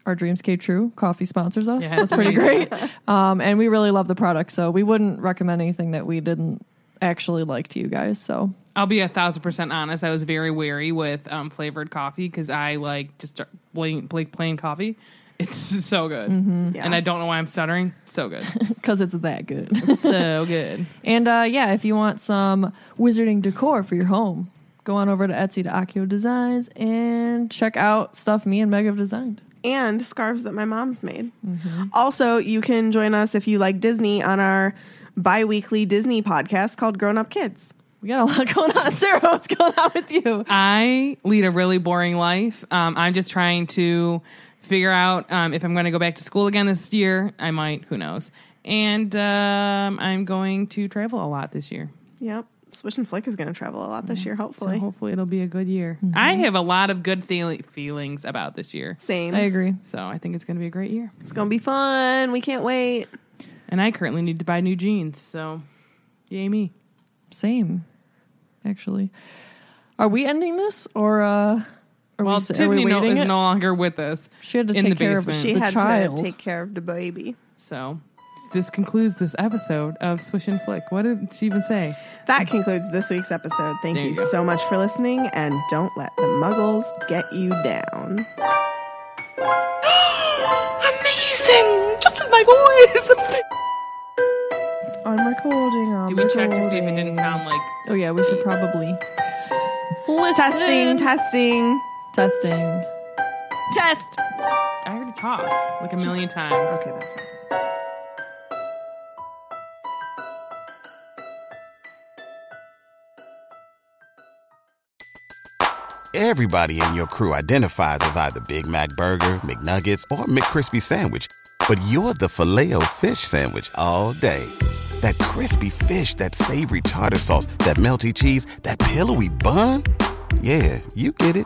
S1: our dreams came true. Coffee sponsors us.
S2: Yeah.
S1: That's pretty great. Um, and we really love the product. So we wouldn't recommend anything that we didn't actually liked you guys. So
S2: I'll be a thousand percent honest. I was very wary with um, flavored coffee because I like just plain, plain, plain coffee. It's so good, and I don't know why I'm stuttering. So good,
S1: because it's that good.
S2: so good.
S1: and uh, yeah, if you want some wizarding decor for your home, go on over to Etsy to Akio Designs and check out stuff me and Meg have designed.
S4: and scarves that my mom's made.
S1: Mm-hmm.
S4: Also, you can join us if you like Disney on our bi weekly Disney podcast called Grown Up Kids.
S1: We got a lot going on, Sarah. What's going on with you?
S2: I lead a really boring life. Um, I'm just trying to figure out um, if I'm going to go back to school again this year. I might. Who knows? And um, I'm going to travel a lot this year.
S4: Yep. Swish and Flick is going to travel a lot this year,
S2: So
S4: hopefully.
S2: hopefully it'll be a good year.
S1: Mm-hmm.
S2: I have a lot of good feel- feelings about this year.
S4: Same.
S1: I agree.
S2: So I think it's going to be a great year.
S4: It's going to be fun. We can't wait.
S2: And I currently need to buy new jeans. So yay me.
S1: Same, actually. Are we ending this or uh, are we,
S2: Well,
S1: s- are we
S2: Tiffany no,
S1: waiting
S2: is
S1: it?
S2: no longer with us.
S1: She had to
S2: in
S1: take
S2: the
S1: care of it.
S2: basement.
S4: She
S1: Mm. the
S4: had
S1: child.
S4: to take care of the baby.
S2: So this concludes this episode of Swish and Flick. What did she even say?
S4: That concludes this week's episode. Thank
S2: There
S4: you,
S2: you go.
S4: so much for listening, and don't let the muggles get you down. Amazing! my voice! I'm recording. I'm
S2: Did we check to see if it
S4: recording.
S2: didn't sound like
S1: Oh yeah, we should probably
S4: Testing,
S1: Listen.
S4: testing.
S1: testing. Test.
S2: I already talked like a million times?
S4: Okay, that's right.
S8: Everybody in your crew identifies as either Big Mac Burger, McNuggets, or McCrispy Sandwich. But you're the filet fish Sandwich all day. That crispy fish, that savory tartar sauce, that melty cheese, that pillowy bun. Yeah, you get it.